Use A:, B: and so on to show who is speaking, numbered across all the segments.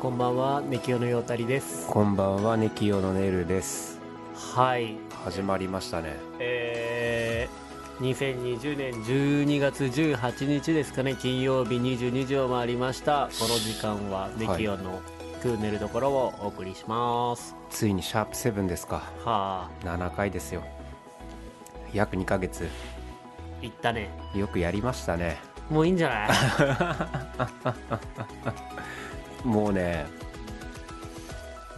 A: こんばんは、ネキオのようたりです。
B: こんばんはネキヨのネルです
A: はい、
B: 始まりましたね
A: えー、2020年12月18日ですかね、金曜日22時を回りました。この時間はネキオのクーネルところをお送りします。
B: ついにシャープ7ですか
A: はあ、
B: 7回ですよ約2ヶ月
A: いったね。
B: よくやりましたね
A: もういいんじゃない
B: もうね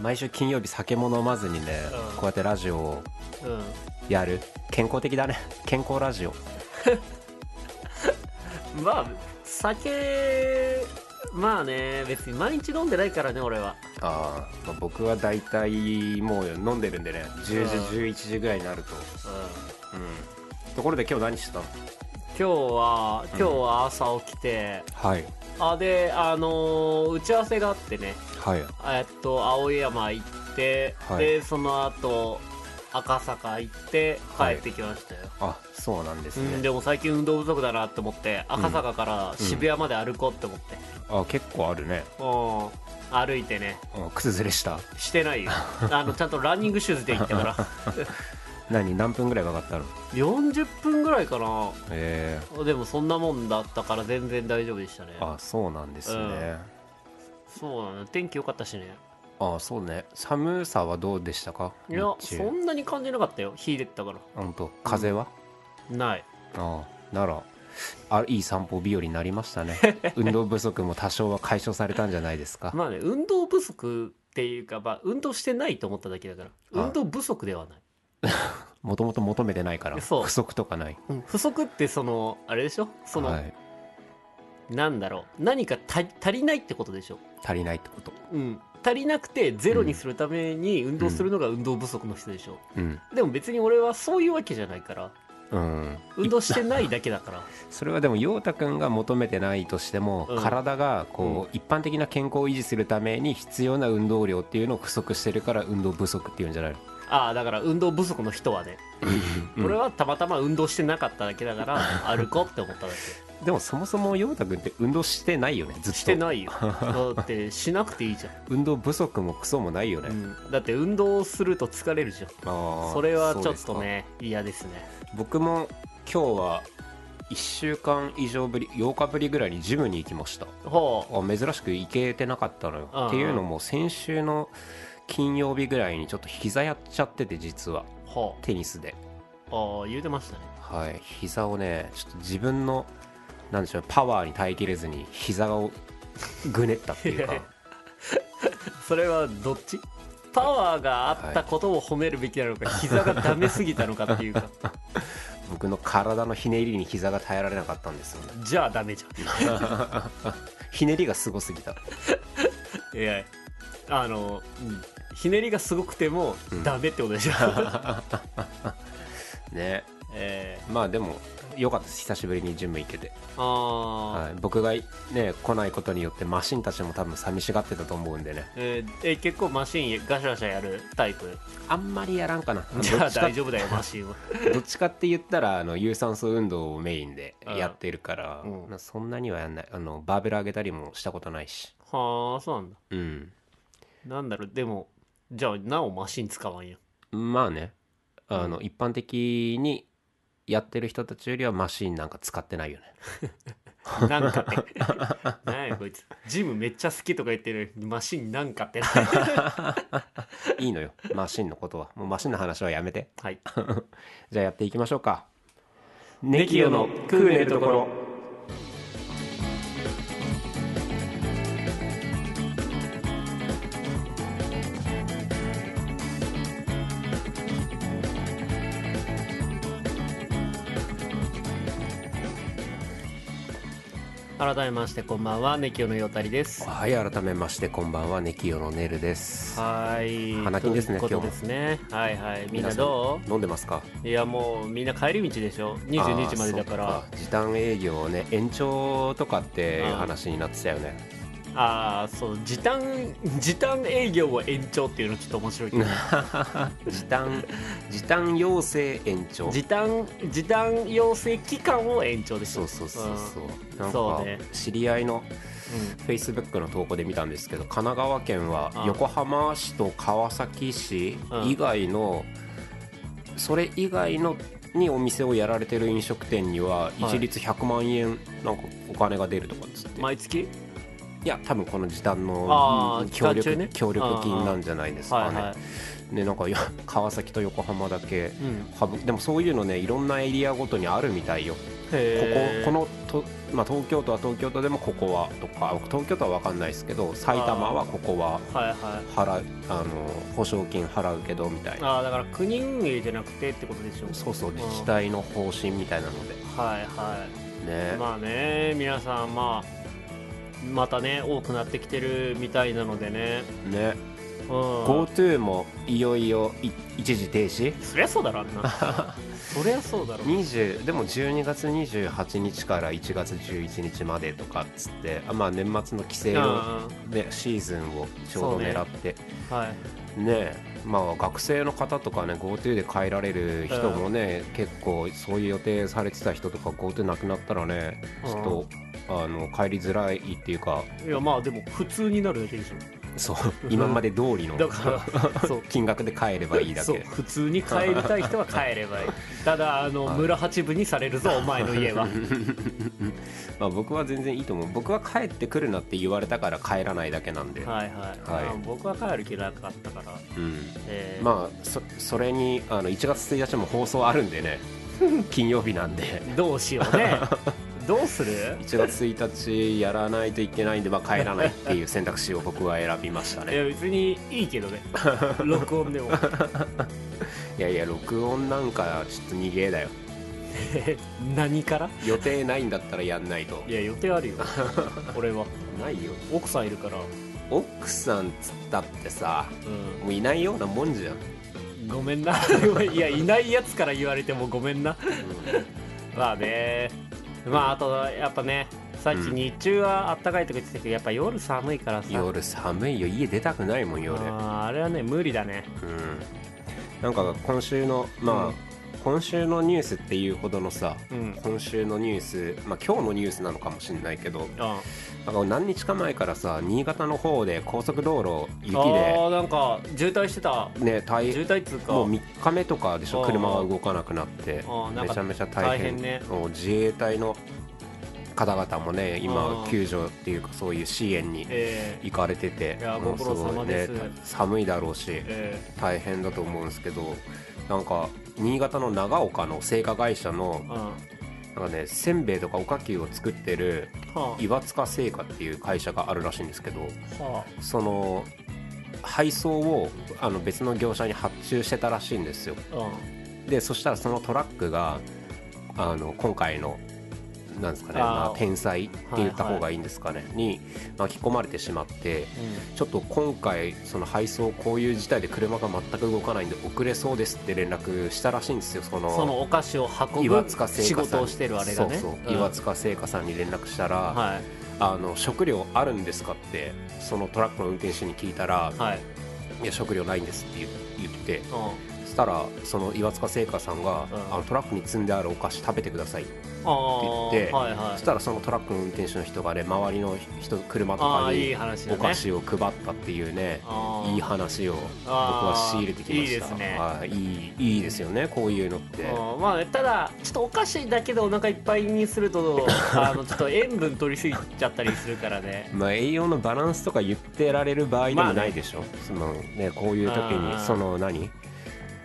B: 毎週金曜日酒も飲まずにね、
A: うん
B: こうやってラジオを
A: うん。
B: やる健康的だね健康ラジオ
A: まあ、酒、まあね、別に毎日飲んでないからね、俺は。
B: あー、まあ僕は大体もう飲んでるんでね10時
A: うん
B: 11時ぐらいになると
A: うん。
B: うんところで今日何してたの
A: 今日は、今日は朝起きて、
B: はい
A: あであのー打ち合わせがあってね
B: はい
A: えっと青山行って、
B: はい
A: でその後赤坂行って帰ってきましたよ、
B: あそうなんですね、
A: うん、でも最近運動不足だなって思って赤坂から渋谷まで歩こうって思って、
B: あ結構あるね
A: うん歩いてね
B: うん靴ずれした
A: してないよあのちゃんとランニングシューズで行ったから
B: 何何分ぐらいかかったの
A: 40分ぐらいかな
B: え
A: でもそんなもんだったから全然大丈夫でしたね
B: えあそうなんですね、
A: そうなの天気良かったしね
B: あそうね寒さはどうでしたか
A: いや
B: 日中
A: そんなに感じなかったよ火出てたから
B: ほんと風は、
A: ない
B: ああならあいい散歩日和になりました ね運動不足も多少は解消されたんじゃないですか、
A: まあね運動不足っていうか、まあ、運動してないと思っただけだから
B: あ
A: 運動不足ではない、
B: もともと求めてないから
A: そう
B: 不足とかない
A: うん不足ってそのあれでしょその、
B: はい、
A: なんだろう何か足り足りないってことでしょ、
B: 足りないってこと
A: うん、足りなくてゼロにするために運動するのが運動不足の人でしょ、
B: うん
A: でも別に俺はそういうわけじゃないから
B: うん
A: 運動してないだけだから
B: それはでも陽太くんが求めてないとしても、
A: うん
B: 体がこう、一般的な健康を維持するために必要な運動量っていうのを不足してるから運動不足っていうんじゃないの、
A: ああだから運動不足の人はね、
B: うん
A: 俺はたまたま運動してなかっただけだから歩こうって思っただ
B: でもそもそも陽太くんって運動してないよねず
A: け
B: っと
A: してないよだってしなくていいじゃん
B: 運動不足もクソもないよね、
A: うん、だって運動すると疲れるじゃん
B: あー
A: それはち
B: そ
A: ょ
B: うで
A: っ
B: すか
A: とね嫌ですね
B: 僕も今日は1週間以上ぶり8日ぶりぐらいにジムに行きました
A: ほう
B: あ珍しく行けてなかったのよ
A: うんうん
B: っていうのも先週の金曜日ぐらいにちょっと膝やっちゃってて実は
A: ほ
B: テニスで
A: うああ言うてましたね
B: はい膝をねちょっと自分のなんでしょうパワーに耐えきれずに膝をぐねったっていうか
A: それはどっちパワーがあったことを褒めるべきな のか、膝がダメすぎたのかっていうか
B: 僕の体のひねりに膝が耐えられなかったんですよね
A: じゃあダメじゃ
B: ひねりがすごすぎた
A: んいやあの、うんひねりがすごくてもダメってことで しょ、
B: ね
A: え
B: まあでも良かったです久しぶりにジム行けて、
A: ー、ああ、
B: はい、僕がね来ないことによってマシンたちも多分寂しがってたと思うんでね
A: えーえ結構マシンガシャガシャやるタイプ
B: あんまりやらんかな
A: じゃ
B: ど
A: あ
B: っちか
A: 大丈夫だよマシンは
B: どっちかって言ったらあの有酸素運動をメインでやってるから、
A: うん
B: なそんなにはやんないあのバーベル上げたりもしたことないし
A: はあそうなんだ
B: うん
A: なんだろうでもじゃあなおマシン使わんやん
B: まあねあの、一般的にやってる人たちよりはマシンなんか使ってないよね
A: なんかって。なんやこいつ。ジムめっちゃ好きとか言ってるマシンなんかって。
B: い いのよマシンのことはもうマシンの話はやめて
A: はい。
B: じゃあやっていきましょうか
A: ネキヨのクーネルところ改めましてこんばんは、ネキヨのよたりです。
B: はい改めましてこんばんはネキヨのネルです
A: はい。
B: 花金ですね
A: ということ
B: 今日も
A: ですね。はいはい。みんなど
B: う飲んでますか
A: ういやもうみんな帰り道でしょ。22時までだから。
B: あーそっ時短営業をね延長とかっていう話になってたよね
A: ああそう時短時短営業を延長っていうのちょっと面白いけど
B: 時短時短要請延長
A: 時短時短要請期間を延長でし
B: そ
A: ょ
B: うそうそうそうなん
A: そ
B: か
A: うね
B: 知り合いの Facebook の投稿で見たんですけど神奈川県は横浜市と川崎市以外のそれ以外のにお店をやられてる飲食店には一律100万円なんかお金が出るとかっつって、い、
A: 毎月
B: や多分この時短
A: あ
B: の
A: ー
B: 協
A: 期間中
B: 力,、
A: ね
B: 協力金なんじゃないですか
A: はい
B: ね。
A: はい
B: ねなんかよ川崎と横浜だけ
A: うん
B: 省くでもそういうのねいろんなエリアごとにあるみたいよここ
A: へー
B: このと、まあ、東京都は東京都でもここはとか東京都は分かんないですけど埼玉はここは
A: はいはい
B: 払うあの保証金払うけどみたいな
A: ああだから国運営じゃなくてってことでしょ
B: そうそう
A: うん
B: 自治体の方針みたいなので
A: はいは
B: ね
A: い、まあね皆さんまあまたね多くなってきてるみたいなのでね
B: ね
A: うん
B: GoTo もいよいよい一時停止
A: そりゃそうだろあんな そりゃそうだろ
B: 20でも12月28日から1月11日までとかっつってあまあ年末の帰省を
A: あ
B: でシーズンをちょうど狙って
A: あはい
B: ねまあ学生の方とかね GoTo で帰られる人もね、結構そういう予定されてた人とか GoTo なくなったらね
A: うん
B: ちょっと、あの帰りづらいっていうか
A: いやまあでも普通になるだけでしょ
B: そう今まで通りの
A: だから そう
B: 金額で帰ればいいだ
A: そう
B: け
A: 普通に帰りたい人は帰れば いいただあの
B: はい
A: 村八分にされるぞお前の家 は
B: まあ僕は全然いいと思う僕は帰ってくるなって言われたから帰らないだけなんで、
A: はいはい、
B: はい
A: あ僕は帰る気なかったから、
B: うん、
A: えー
B: まあそそれにあの1月1日も放送あるんで ね金曜日なんで
A: どうしよう ねどうする
B: 1月1日やらないといけないんで、まあ、帰らないっていう選択肢を僕は選びました
A: いや
B: ね
A: 別にいいけど ね録音で も
B: いやいや録音なんかちょっと逃げだよ
A: 何から
B: 予定ないんだったらやんないと
A: いや予定あるよ 俺は
B: ないよ
A: 奥さんいるから、
B: 奥さんつったってさ
A: う
B: もういないようなもんじゃん、う
A: ん、
B: ん
A: ごめん ないやいないやつから言われてもごめんなまあねまああとやっぱねさっき
B: うん
A: 日中はあったかいとか言ってたけどやっぱ夜寒いからさ
B: 夜寒いよ家出たくないもん夜、うん、
A: あーあれはね無理だね
B: なんか今週のまあ、
A: うん
B: 今週のニュースっていうほどのさ
A: うん
B: 今週のニュース、まあ、今日のニュースなのかもしれないけど
A: あ
B: なんか何日か前からさ新潟の方で高速道路雪
A: あーなんか渋滞してた
B: でね大
A: 渋
B: 変
A: 滞っつうか
B: もう3日目とかでし
A: あ
B: ょ
A: ー
B: 車が動かなくなって
A: あーなん
B: め
A: か
B: ちゃめちゃ大
A: 大変
B: 変
A: ね
B: もう自衛隊の方々もね
A: あ
B: 今
A: ー
B: 救助っていうかそういう支援に
A: えー
B: 行かれてて
A: いや
B: もう
A: ご苦労
B: すごい
A: 様です
B: た寒いだろうし
A: え
B: 大変だと思うんですけどなんか新潟の長岡の製菓会社の
A: ーうんは
B: なんかねせんべいとかおかきを作ってる
A: あは
B: 岩塚製菓っていう会社があるらしいんですけど
A: あ
B: その配送をあの別の業者に発注してたらしいんですよ
A: う
B: でそしたらそのトラックがあの今回のなんですかね
A: あー
B: まあ、天才って言った方がいいんですかね、に巻き込まれてしまっ
A: ん
B: て
A: うん
B: ちょっと今回その配送こういう事態で車が全く動かないんで遅れそうですって連絡したらしいんですよその
A: そのお菓子を運
B: 岩
A: ぶ
B: 塚製
A: 仕
B: 菓さ
A: 事
B: ん
A: をしてるあれがね
B: そうそう、
A: うん
B: 岩塚製菓さんに連絡したら、
A: は
B: あの食料あるんですかってそのトラックの運転手に聞いたら
A: いはい、
B: 「いや食料ないんです」って言う言って
A: うん、
B: そしたらその岩塚製菓さんが、
A: うん
B: あの「トラックに積んであるお菓子食べてください」
A: ああ
B: って言って
A: はいは
B: そし
A: い
B: たらそのトラックの運転手の人がね周りの人車と
A: あ
B: か
A: あいい
B: に
A: 話だね
B: お菓子を配ったっていうね
A: あー
B: いい話を僕は
A: あー
B: 仕入れてきました
A: いいですね
B: はいいいいいですよねこういうのって
A: うんまあね、ただちょっとお菓子だけでお腹いっぱいにする とあのちょっと塩分取りすぎちゃったりするからね
B: まあ、栄養のバランスとか言ってられる場合で
A: まあ
B: も
A: ね
B: ないでしょ、そのね、こういう時
A: あ
B: に
A: ー
B: その何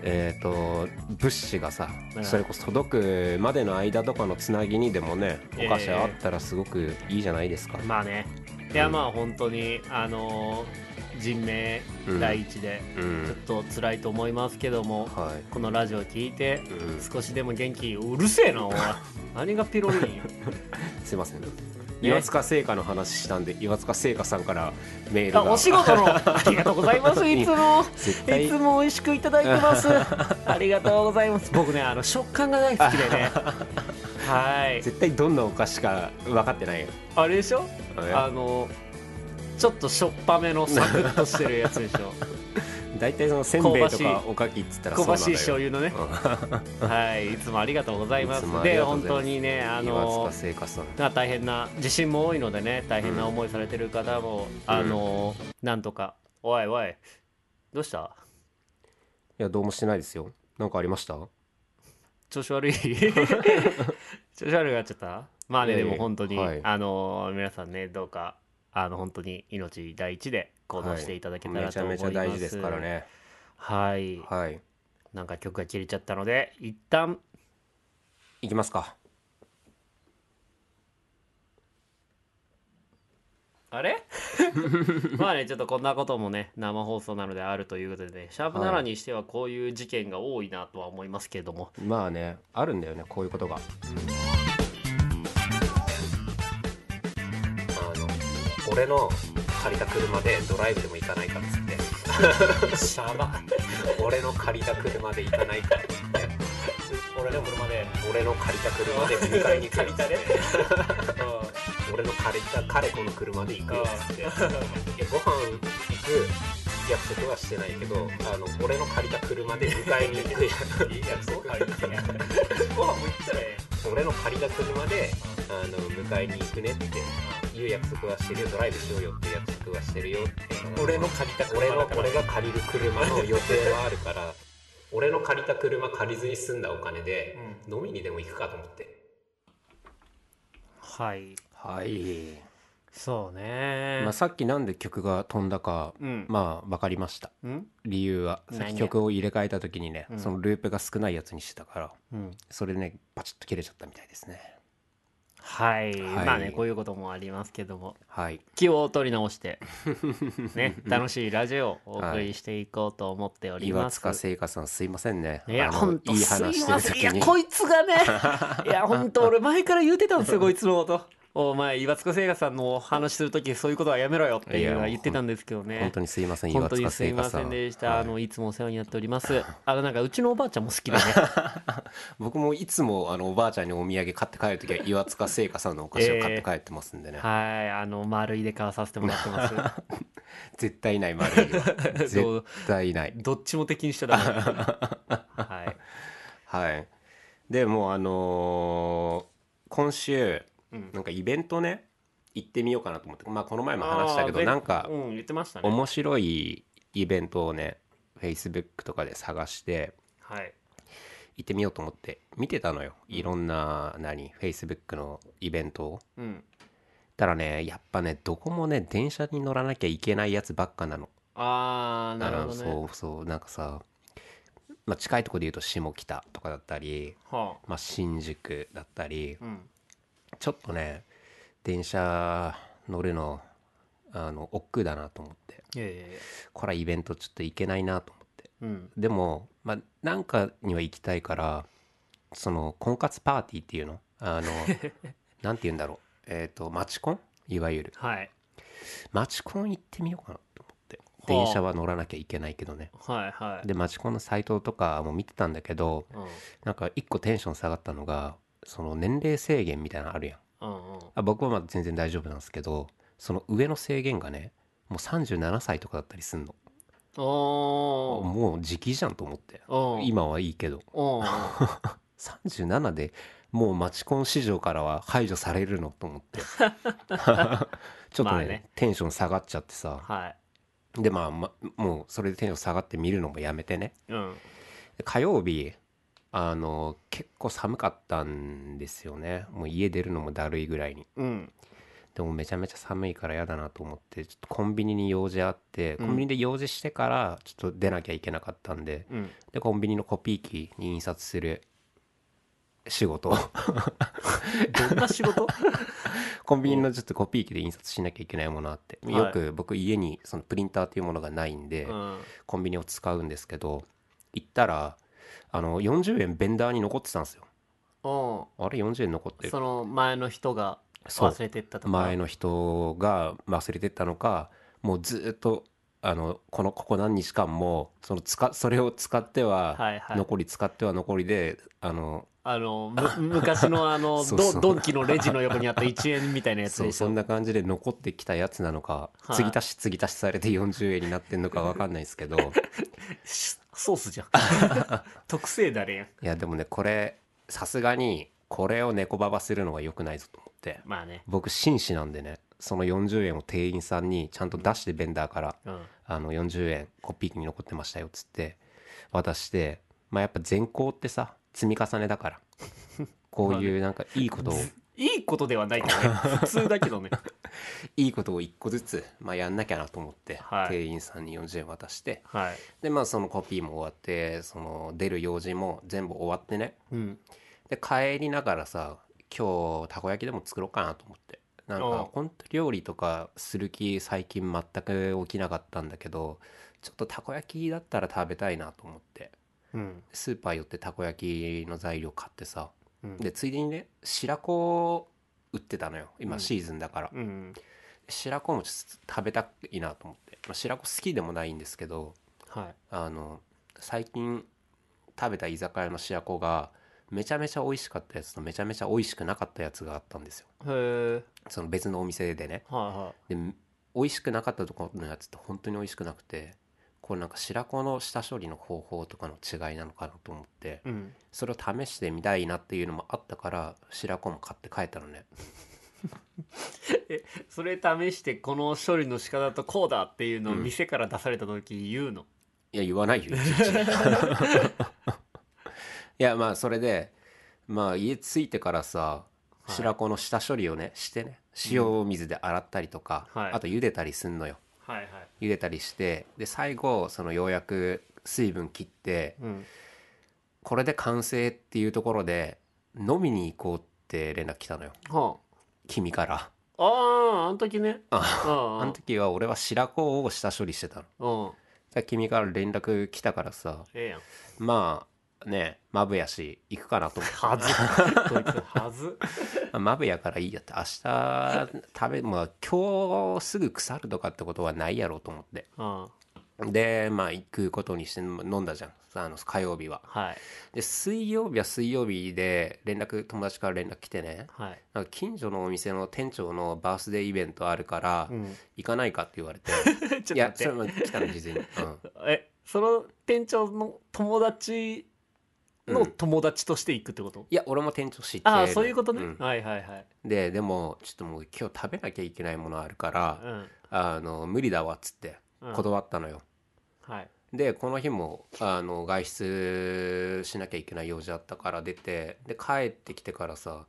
B: えー、と物資がさ、
A: うん
B: それこそ届くまでの間とかのつなぎにでもねお菓子あったらすごくいいじゃないですか、
A: まあねいやまあ本当にあのー人命第一で
B: う
A: ちょっ
B: ん
A: と辛いと思いますけども、
B: はい
A: このラジオ聞いて
B: うん
A: 少しでも元気うるせえな お前何がピロリンよ
B: すいません、岩塚製菓の話したんで岩塚製菓さんからメール
A: あ
B: が
A: お仕事のありがとうございますいつも
B: 絶対
A: いつも美味しくいただいてます ありがとうございます僕ねあの食感が大好きで ねはい
B: 絶対どんなお菓子か分かってないよ
A: あれでしょ
B: あれ
A: あのちょっとしょっぱめのサクッとしてるやつでしょ
B: 大体そのせんべいとかおかきっつったらそ
A: 香
B: うな
A: ば
B: の
A: し
B: よ
A: い醤油のねはいいつもありがとうございます
B: いつもあり
A: で
B: がとう
A: 本
B: ございます
A: 当にねあ
B: 岩
A: の
B: 塚製菓さん
A: まあ大変な地震も多いのでね大変な思いされてる方も、あのなんとかおいおいどうした
B: いやどうもしてないですよなんかありました
A: 調子 悪い調子悪くなっちゃったまあね、
B: いやいや
A: でも本当に、
B: はい
A: あの皆さんねどうかあの本当に命第一で行動していただけたらと思います、
B: はいめちゃめちゃ大事ですからね
A: はい
B: はい
A: なんか曲が切れちゃったので一旦
B: いきますか
A: あ れまあねちょっとこんなこともね生放送なのであるということでねシャープ7にしてはこういう事件が多いなとは思いますけれども、
B: まあねあるんだよねこういうことがあの俺の借りた車でドライブでも行かないかっつって
A: シャバ
B: 俺の借りた車で行かないかって
A: 俺の車で
B: 俺の借りた車で迎え に行くよっつって
A: 借り
B: 俺の借りた彼子の車で行くよっつっていやご飯行く約束はしてないけどあの俺の借りた車で迎えに行く 約束はしてない
A: ご飯も行ったらえ
B: 俺の借りた車であの迎えに行くねっていう約束はしてるよドライブしようよっていう約束はしてるよって
A: 俺の借りた車
B: 俺の
A: だから
B: 俺が借りる車の予定はあるから 俺の借りた車借りずに済んだお金で、飲みにでも行くかと思って
A: はい
B: はい、
A: そうね、
B: まあ、さっきなんで曲が飛んだか、
A: うん
B: まあ分かりました
A: うん
B: 理由は
A: 何
B: さ
A: が
B: っき曲を入れ替えた時にね、
A: うん
B: そのループが少ないやつにしてたから
A: うん
B: それでねバチッと切れちゃったみたいですね
A: はい、
B: はい
A: まあねこういうこともありますけども
B: はい
A: 気を取り直 して、ね、楽しいラジオをお送りしていこうと思っており
B: 岩
A: ます。
B: 塚製菓さんすいませんね
A: いや、
B: あの
A: ほんと、
B: いい
A: す
B: 話
A: い
B: し
A: ません。い
B: てる時
A: や、
B: に
A: こいつ がね、いや、ほんと、俺前から言うてたんですよ、こいつのこと。お前、岩塚聖華さんのお話するとき、そういうことはやめろよっていうのは言ってたんですけどね。
B: 本当にすいません
A: 本
B: 岩
A: 当に
B: 塚
A: すい
B: 製菓
A: ま
B: さ
A: せん
B: ん
A: でした。あの、いつもお世話になっており ます。あの、なんか、うちのおばあちゃんも好きだ ね。
B: 僕もいつもあのおばあちゃんにお土産買って帰る 時は岩塚製菓さんのお菓子を買って帰ってますんでね、
A: はい、あの、丸いで買わさせてもらってます。
B: 絶対いない丸いは
A: ど
B: 絶
A: う
B: 対いない
A: どっちも敵にしちゃダメ。はい。
B: はいでもうあのー今週
A: うん
B: なんかイベントね行ってみようかなと思って、まあ、この前も話したけ
A: あ
B: ど
A: ー
B: なんか
A: うん、言ってましたね。
B: 面白いイベントをね Facebook とかで探して
A: はい。
B: 行ってみようと思って見てたのよいろんな何 Facebook のイベントを
A: うん。
B: たらねやっぱねどこもね電車に乗らなきゃいけないやつばっかなの
A: ああ、なる
B: あ
A: ほ
B: の
A: どね。
B: そうそうなんかさ、まあ、近いとこで言うと下北とかだったり、
A: は
B: まあ、新宿だったり
A: あ。うん。
B: ちょっとね電車乗るのあの億劫だなと思って
A: いやいやいや。
B: これはイベントちょっと行けないなと思って
A: うん。
B: でも、まあ、なんかには行きたいからその婚活パーティーっていうのあのなんて言うんだろうえっ、とマチコンいわゆる
A: はい。
B: マチコン行ってみようかなと思って
A: あ
B: 電車は乗らなきゃいけないけどね
A: はいはい。
B: でマチコンのサイトとかも見てたんだけど
A: うん。
B: なんか一個テンション下がったのがその年齢制限みたいなのあるやん
A: うんうん。
B: あ僕はまだ全然大丈夫なんですけどその上の制限がねもう37歳とかだったりすんの
A: お
B: もう時期じゃんと思って
A: お。うん。
B: 今はいいけど
A: おー
B: 37でもうマチコン市場からは排除されるのと思っ てちょっとね,、
A: まあね
B: テンション下がっちゃってさ
A: はい。
B: でまあ、ま、もうそれでテンション下がって見るのもやめてね
A: うん。
B: で火曜日あの結構寒かったんですよねもう家出るのもだるいぐらいに
A: うん。
B: でもめちゃめちゃ寒いから嫌だなと思ってちょっとコンビニに用事あって
A: う
B: コ
A: ん
B: ンビニで用事してからちょっと出なきゃいけなかったんで、
A: うん。
B: でコンビニのコピー機に印刷する仕事を
A: どんな仕 事
B: コンビニのちょっとコピー機で印刷しなきゃいけないものあって、
A: はい
B: よく僕家にそのプリンターというものがないんで、
A: うん。
B: コンビニを使うんですけど行ったらあの40円ベンダーに残ってたんですよ
A: お
B: あれ40円残って
A: ー
B: る
A: その前の人が
B: そう
A: 忘れてったとか。
B: 前の人が忘れてったのかもうずーっとあのこのここ何日間もその使それを使っては
A: はいはい。
B: 残り使っては残りであの
A: あのむ昔のあ の
B: そうそう
A: ドドンキのレジの横にあった1円みたいなやつ
B: そ
A: で
B: う
A: し
B: そ
A: ょ
B: んな感じで残ってきたやつなのか、
A: はい
B: 継ぎ足し継ぎ足しされて40円になってんのか分かんないですけど
A: しソースじゃん 特製だれやん
B: いやでもねこれさすがにこれを猫ババするのは良くないぞと思って
A: まあね
B: 僕紳士なんでねその40円を店員さんにちゃんと出してベンダーから
A: うん
B: あの40円コピー機に残ってましたよっつって渡してまあやっぱ善行ってさ積み重ね だからこういうなんかいいことを
A: いいことではないけど ね普通だけどね
B: いいことを一個ずつ、まあ、やんなきゃなと思って、
A: はい
B: 店員さんに40円渡して
A: はい
B: でまあそのコピーも終わってその出る用事も全部終わってね
A: うん
B: で帰りながらさ今日たこ焼きでも作ろうかなと思ってなん
A: おう
B: か本当料理とかする気最近全く起きなかったんだけどちょっとたこ焼きだったら食べたいなと思って
A: うん
B: スーパー寄ってたこ焼きの材料買ってさ
A: うん
B: でついでにね白子売ってたのよ
A: う
B: 今
A: ん
B: シーズンだから、
A: うん
B: 白子もちょっと食べたいなと思って、まあ、白子好きでもないんですけど
A: はい
B: あの最近食べた居酒屋の白子がめちゃめちゃ美味しかったやつとめちゃめちゃ美味しくなかったやつがあったんですよ
A: へえ
B: その別のお店でね
A: はいはい
B: で美味しくなかったところのやつって本当に美味しくなくてこれなんか白子の下処理の方法とかの違いなのかなと思って
A: うん
B: それを試してみたいなっていうのもあったから白子も買って帰ったのね
A: それ試してこの処理の仕方とこうだっていうのを店から出された時言うの、
B: いや言わないよいちいちいやまあそれでまあ家着いてからさ
A: い
B: 白子の下処理をねしてね塩水で洗ったりとか、
A: はい
B: あと茹でたりすんのよ
A: はいはい、
B: 茹でたりしてで最後そのようやく水分切って
A: うん、
B: これで完成っていうところで飲みに行こうって連絡来たのよ
A: は
B: 君から
A: ああああの時ね
B: あ
A: あ
B: あの時は俺は白子を下処理してたの
A: うん
B: だから君から連絡来たからさ
A: ええやん
B: まあねマブやし行くかなと思って
A: はず こいつはず
B: まあマブやからいいやって明日食べまあ今日すぐ腐るとかってことはないやろうと思って
A: うん
B: でまあ行くことにして飲んだじゃんあの火曜日は
A: はい
B: で水曜日は水曜日で連絡友達から連絡来てね
A: はい、
B: なんか近所のお店の店長のバースデーイベントあるか ら
A: うん、
B: 行かないかって言わ れて
A: ちょっと
B: いやそ
A: 待
B: れ
A: って
B: も来たの事前に、うん
A: えその店長の友達の友達として行くってこと、
B: いや俺も店長知って
A: ああそういうことね、
B: ん
A: はいはいはい、
B: ででもちょっともう今日食べなきゃいけないものあるから
A: うん
B: あの無理だわっつって
A: うん、
B: 断ったのよ、
A: はい
B: でこの日もあの外出しなきゃいけない用事あったから出てで帰ってきてからさ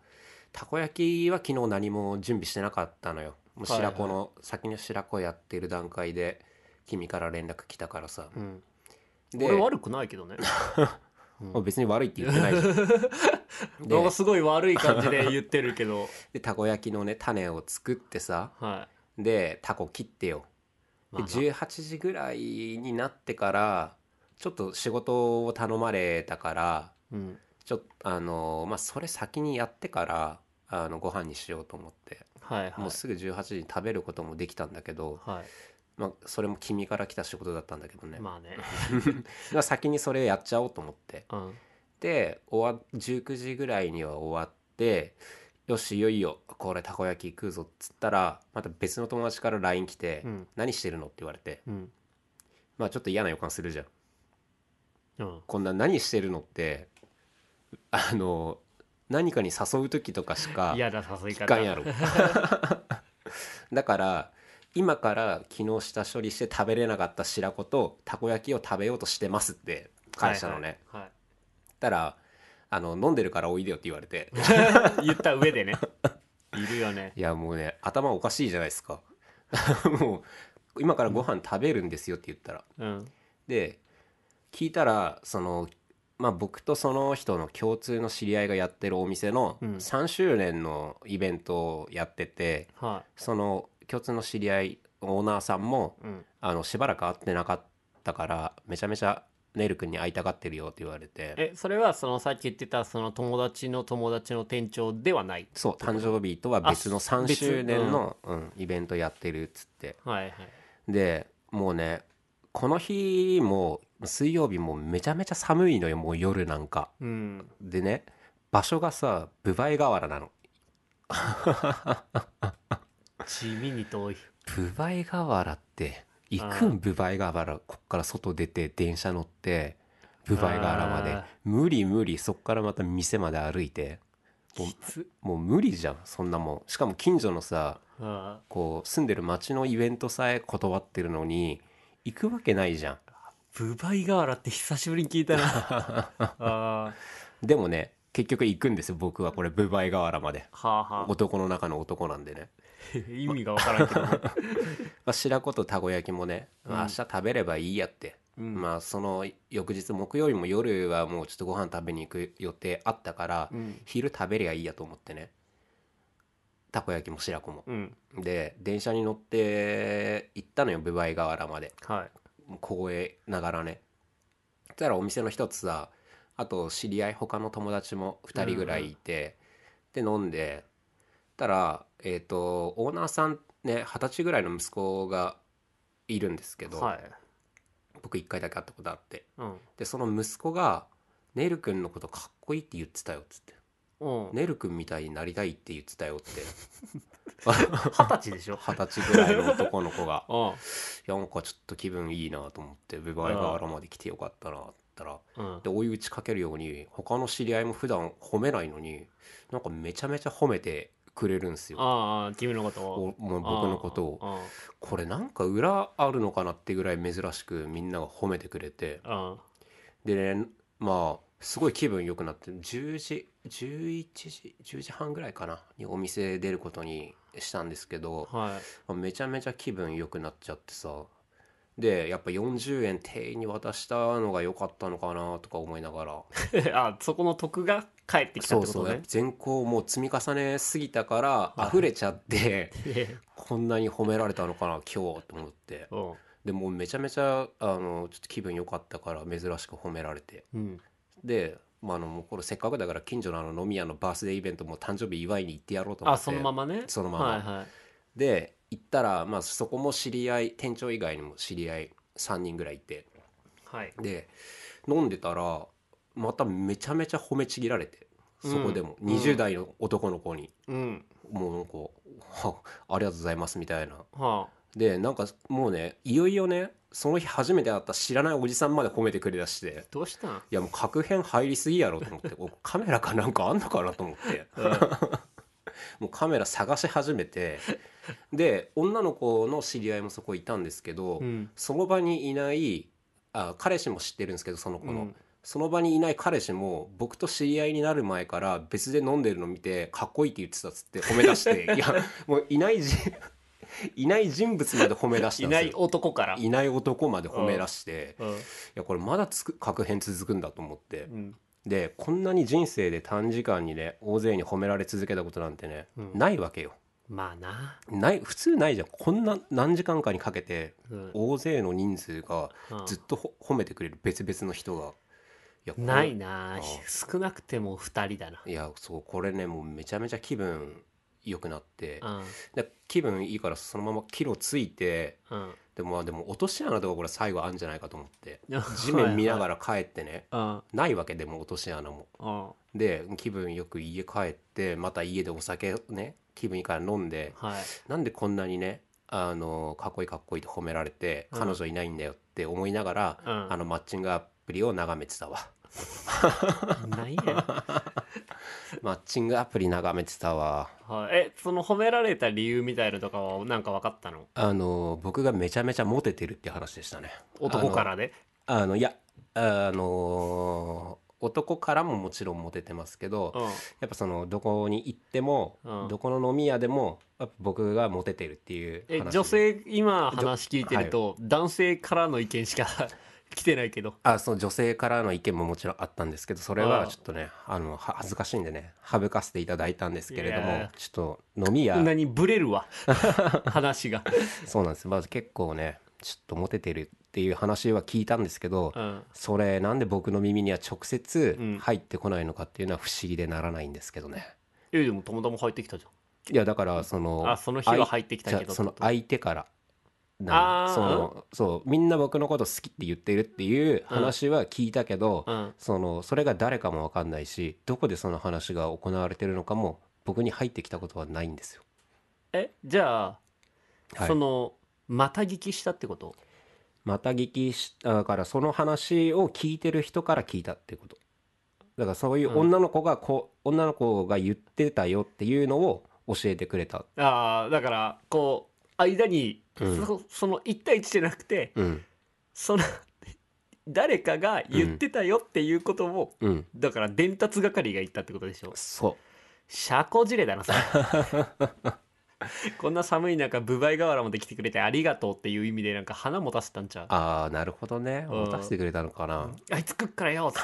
B: たこ焼きは昨日何も準備してなかったのよもう
A: はいはい
B: 白子の、先の白子やってる段階で君から連絡来たからさ
A: うん、
B: で
A: 俺悪くないけどね
B: もう別に悪いって言ってないじゃんで
A: なんかすごい悪い感じで言ってるけ ど
B: でたこ焼きのね種を作ってさ
A: は
B: でタコ切ってよ
A: い、
B: で18時ぐらいになってからちょっと仕事を頼まれたから
A: うん、
B: ちょっとあのまあそれ先にやってからあのご飯にしようと思って、
A: はいはい
B: もうすぐ18時に食べることもできたんだけど、
A: は
B: まあ、それも君から来た仕事だったんだけどね、
A: いまあね
B: まあ先にそれやっちゃおうと思って
A: うん
B: で終わ19時ぐらいには終わってよしいよいよこれたこ焼き食うぞっつったらまた別の友達から LINE 来て「
A: うん
B: 何してるの?」って言われて
A: うん
B: まあちょっと嫌な予感するじゃん
A: うん
B: こんな何してるのってあの何かに誘う時とかしか
A: 嫌だ誘い
B: い
A: 方
B: かんやろ だから今から昨日下処理して食べれなかった白子とたこ焼きを食べようとしてますって会社のね、
A: はいはい
B: たらあの飲んでるからおいでよって言わ れて
A: はい言った上でねいるよね
B: いやもうね頭おかしいじゃないですか もう今からご飯食べるんですよって言ったら
A: うん
B: で聞いたらそのまあ僕とその人の共通の知り合いがやってるお店の
A: うん
B: 3周年のイベントをやってて、
A: は
B: その共通の知り合いオーナーさんも
A: いうん
B: あのしばらく会ってなかったからめちゃめちゃネル君に会いたがってるよって言われて
A: えそれはそのさっき言ってたその友達の友達の店長ではない
B: そう誕生日とは別の
A: あ
B: 3
A: 別
B: 周年の、うん、イベントやってるっつって
A: はいはい
B: でもうねこの日も水曜日もめちゃめちゃ寒いのよもう夜なんか
A: うん
B: でね場所がさ分倍河原なの
A: 地味に遠い
B: 分倍河原って行くん分倍河原こっから外出て電車乗って分倍河原まで
A: あー
B: 無理無理そっからまた店まで歩いても
A: きつ
B: うもう無理じゃんそんなもんしかも近所のさ
A: あ
B: こう住んでる町のイベントさえ断ってるのに行くわけないじゃん
A: ブバイガーラって久しぶりに聞いたな あ
B: でもね結局行くんですよ僕はこれ分倍河原まで
A: ーはあ はあ
B: 男の中の男なんでね
A: 意味がわからんけど ね
B: まあ、白子とたこ焼きもね、まあ
A: うん
B: 明日食べればいいやって、
A: うん
B: まあその翌日木曜日も夜はもうちょっとご飯食べに行く予定あったから、
A: うん
B: 昼食べりゃいいやと思ってねたこ焼きも白子も、
A: うん
B: で電車に乗って行ったのよ部合河原まで
A: はい
B: 凍えながらねそしたらお店の一つさあと知り合い他の友達も2人ぐらいいて、で飲んでたらえっ、とオーナーさんね二十歳ぐらいの息子がいるんですけど、
A: はい
B: 僕1回だけ会ったことあって
A: うん
B: でその息子が「ねるくんのことかっこいいって言ってたよ」っつって
A: うん
B: 「ねるくんみたいになりたいって言ってたよ」って
A: 二十歳でしょ
B: 二十歳ぐらいの男の子が
A: う
B: 「いやなんかちょっと気分いいな」と思って「ブバイガーラまで来てよかったな」って言ったら
A: んうん
B: で追い打ちかけるように他の知り合いも普段褒めないのになんかめちゃめちゃ褒めてくれるんですよ
A: ああ君のことを
B: おもう僕のことを
A: を
B: これなんか裏あるのかなってぐらい珍しくみんなが褒めてくれて
A: うん
B: でねまあすごい気分良くなって10時11時10時半ぐらいかなにお店出ることにしたんですけど
A: はい
B: まあめちゃめちゃ気分良くなっちゃってさでやっぱ40円店員に渡したのが良かったのかなとか思いながら
A: あそこの徳が帰ってきたっ
B: そ
A: て
B: う
A: こ
B: そ
A: と
B: う、やっ
A: ね
B: ぱ善行もう積み重ねすぎたから
A: はい
B: 溢れちゃって、
A: え
B: こんなに褒められたのかな今日と思って
A: えうん
B: でもうめちゃめちゃあのちょっと気分良かったから珍しく褒められて
A: うん
B: で、まあ、あのもうこれせっかくだから近所のあの飲み屋のバースデーイベントも誕生日祝いに行ってやろうと思っ
A: あ
B: て
A: そのままね
B: そのまま
A: はいはい
B: で行ったら、まあ、そこも知り合い店長以外にも知り合い3人ぐらいいて
A: はい
B: で飲んでたらまためちゃめちゃ褒めちぎられてそこでも、
A: うん
B: 20代の男の子に。
A: うん
B: もうなんかはありがとうございますみたいな
A: は
B: でなんかもうねいよいよねその日初めて会った知らないおじさんまで褒めてくれだして
A: あどうしたん
B: いやもう確変入りすぎやろと思っておカメラかなんかあんのかなと思って もうカメラ探し始めてで女の子の知り合いもそこいたんですけど、
A: うん
B: その場にいないあ彼氏も知ってるんですけどその子
A: う
B: の、
A: ん
B: その場にいない彼氏も僕と知り合いになる前から別で飲んでるの見てかっこいいって言ってたっつって褒め出して いやもういないじいない人物まで褒め出した
A: い
B: んで
A: な
B: すよ
A: い男から
B: いない男まで褒め出してい
A: うん
B: やこれまだつく確変続くんだと思って
A: うん
B: でこんなに人生で短時間にね大勢に褒められ続けたことなんてね、
A: うん
B: ないわけよ
A: まあな
B: ない普通ないじゃんこんな何時間かにかけて
A: うん
B: 大勢の人数が
A: うん
B: ずっとほ褒めてくれる別々の人がいやこれ
A: ないな
B: あ
A: 少なくても2人だない
B: やそうこれねもうめちゃめちゃ気分良くなって
A: うん
B: で気分いいからそのままキロついて
A: うん
B: でもまあでも落とし穴とかこれ最後あるんじゃないかと思って
A: いや
B: 地面見な
A: は
B: がら帰ってね
A: いはい
B: ないわけでも落とし穴も
A: うんうん
B: で気分よく家帰ってまた家でお酒ね気分いいから飲んで
A: はい
B: なんでこんなにねあのかっこいいかっこいいと褒められて
A: うん
B: 彼女いないんだよって思いながら、
A: うん
B: あのマッチングアプリを眺めてたわ
A: ないや
B: マッチングアプリ眺めてたわ
A: はいえその褒められた理由みたいなのとかはなんか分かったの
B: あの僕がめちゃめちゃモテてるって話でしたね
A: 男からで
B: あのあのいやあの男からももちろんモテてますけど、
A: うん
B: やっぱそのどこに行っても、
A: うん
B: どこの飲み屋でもやっぱ僕がモテてるっていう
A: え
B: 話で
A: 女性今話聞いてると男性からの意見しか 来てないけど
B: あそう女性からの意見ももちろんあったんですけどそれ
A: あ
B: は
A: あ
B: ちょっとねあのは恥ずかしいんでね省かせていただいたんですけれど
A: いやい
B: も
A: や
B: ちょっと飲み屋
A: 何ブレ るわ話が
B: そうなんですまず結構ねちょっとモテてるっていう話は聞いたんですけど、
A: うん
B: それなんで僕の耳には直接
A: うん
B: 入ってこないのかっていうのは不思議でならないんですけどね、
A: えでもたまたま入ってきたじゃん
B: いやだからその
A: あその日は入ってきたけど
B: じゃあその相手からな
A: あー
B: そのそうみんな僕のこと好きって言ってるっていう話は聞いたけど、
A: うん
B: そのそれが誰かも分かんないしどこでその話が行われてるのかも僕に入ってきたことはないんですよ。
A: えじゃあ、
B: はい
A: そのまた聞きしたってこと
B: また聞きしだからその話を聞いてる人から聞いたってことだからそういう女の子がこう、女の子が言ってたよっていうのを教えてくれた、
A: ああだからこう間に、
B: うん
A: そその1対1じゃなくて
B: うん
A: その誰かが言ってたよっていうことを、
B: うん、
A: だから伝達係が言ったってことでしょ
B: そ
A: 社交辞令だなそれこんな寒い中分倍河原まで来てくれてありがとうっていう意味でなんか花持たせたんちゃう
B: うああなるほどね
A: うん
B: 渡してくれたのかな、
A: あいつ食っからよっつっ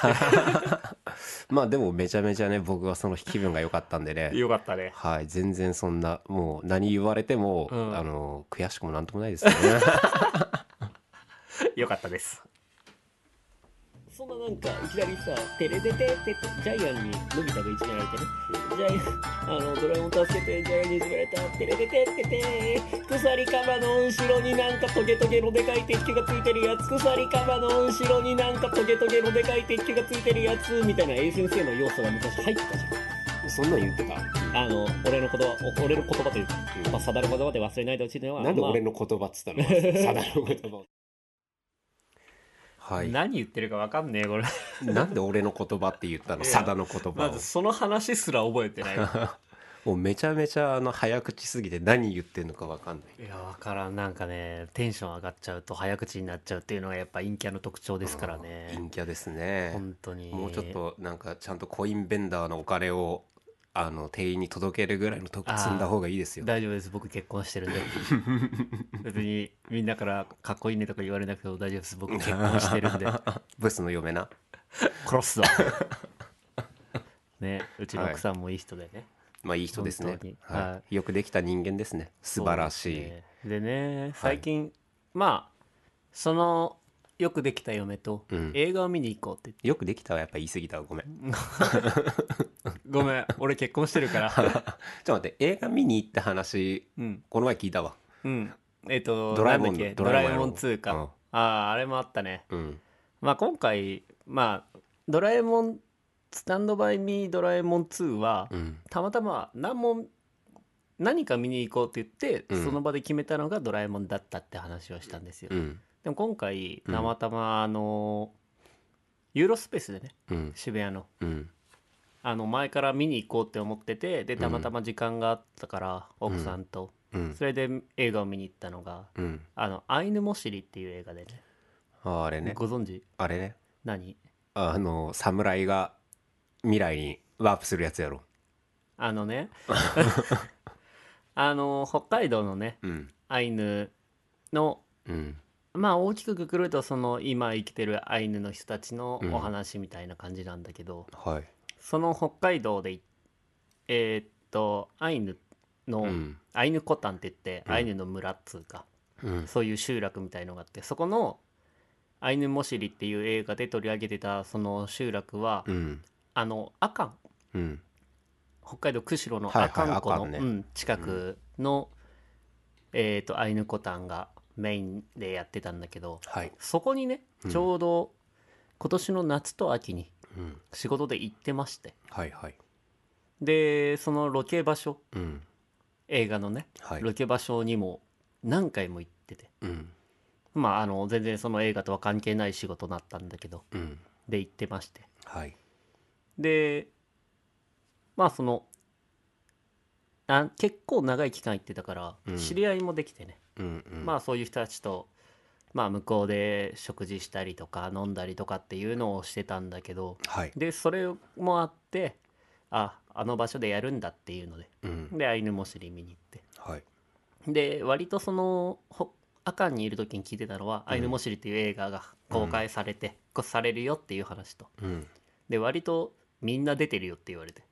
B: まあでもめちゃめちゃね僕はその気分が良かったんで
A: て
B: ね
A: よかったね
B: はい全然そんなもう何言われても、
A: うん
B: あの悔しくもなんともないですよね
A: よかったですそんななんかいきなりさ「テレテテテ」ジャイアンにのび太がいじめられてねジャイアンあのドラえもん助けてジャイアンにいじめられた「テレテテテテ」鎖カバの後ろになんかトゲトゲのでかい鉄球がついてるやつ鎖カバの後ろになんかトゲトゲのでかい鉄球がついてるやつみたいな A 先生の要素が昔入ってたじゃん
B: そんなん言ってた、
A: あの俺の言葉お俺の言葉というか、
B: うん
A: まあ、定の言葉で忘れないでほしいのはまあ
B: の言葉っつったのさだの言葉はい
A: 何言ってるかわかんねえこれ
B: なんで俺の言葉って言ったの
A: いや
B: さだの言葉
A: ま
B: を
A: ずその話すら覚えてないい
B: もうめちゃめちゃあの早口すぎて何言ってんのか分かんない
A: やわからんなんかねテンション上がっちゃうと早口になっちゃうっていうのがやっぱ陰キャの特徴ですからね
B: 陰キャですね
A: 本当に
B: もうちょっとなんかちゃんとコインベンダーのお金をあの店員に届けるぐらいの得積んだ方がいいですよ
A: 大丈夫です僕結婚して るんで別にみんなからかっこいいねとか言われなくても大丈夫です僕結婚してるんで
B: ブスの嫁な
A: 殺すぞねうちの奥さんもいい人でね、
B: まあいい人ですね
A: 本当に、
B: はい
A: は
B: よくできた人間ですね素晴らしい、
A: そうですねでね最近、まあそのよくできた嫁と
B: うん
A: 映画を見に行こうって言って
B: よくできたはやっぱ言い過ぎたわごめんちょ
A: ごめん、俺結婚してる から。
B: っと待って映画見に行った話
A: うん。
B: この前聞いたわ
A: うん。えっ、と、
B: ドラえも
A: な
B: ん
A: んだっけ
B: ド
A: ドラ
B: ラえもん
A: えもん2か。
B: うん
A: ああ、あれもあったね。
B: うん
A: まあ今回、まあ、ドラえもん、スタンドバイミードラえもん2は、
B: うん
A: たまたま何も、何か見に行こうって言って、
B: うん
A: その場で決めたのがドラえもんだったって話をしたんですよ。
B: うん
A: でも今回、
B: うん
A: たまたま、あのユーロスペースでね、
B: うん
A: 渋谷の。
B: うん
A: あの前から見に行こうって思っててで
B: ん
A: たまたま時間があったから、奥さんと、
B: うん
A: それで映画を見に行ったのが
B: うん
A: 「あのアイヌモシリ」っていう映画でね
B: ああれね
A: ご存知
B: あれね
A: 何
B: あの侍が未来にワープするやつやろ
A: あの ねあの北海道のね
B: うん
A: アイヌの
B: うん
A: まあ大きくくくるとその今生きてるアイヌの人たちの
B: うん
A: お話みたいな感じなんだけど、
B: はい
A: その北海道でいえーっとアイヌの、
B: うん
A: アイヌコタンって言って、
B: うん
A: アイヌの村っつうか
B: うん
A: そういう集落みたいのがあってそこの「アイヌモシリ」っていう映画で取り上げてたその集落は、
B: うん
A: あの阿寒
B: うん
A: 北海道釧路の
B: はいはい
A: 阿寒湖
B: 阿
A: の、
B: 寒ね
A: うん、近くの、えー、とアイヌコタンがメインでやってたんだけど
B: はい
A: そこにね
B: うん
A: ちょうど今年の夏と秋に
B: うん
A: 仕事で行ってまして
B: はいはい
A: でそのロケ場所
B: うん
A: 映画のね
B: はい
A: ロケ場所にも何回も行ってて
B: うん
A: まああの全然その映画とは関係ない仕事だったんだけど
B: うん
A: で行ってまして
B: はい
A: でまあそのあ結構長い期間行ってたから、
B: うん
A: 知り合いもできてね、
B: うんうん
A: まあそういう人たちと、まあ、向こうで食事したりとか飲んだりとかっていうのをしてたんだけど
B: はい
A: でそれもあってああの場所でやるんだっていうので
B: うん
A: でアイヌモシリ見に行って
B: はい
A: で割とそのほアカンにいる時に聞いてたのは「
B: ん
A: アイヌモシリ」っていう映画が公開されて、こうされるよっていう話と
B: うん
A: で割とみんな出てるよって言われて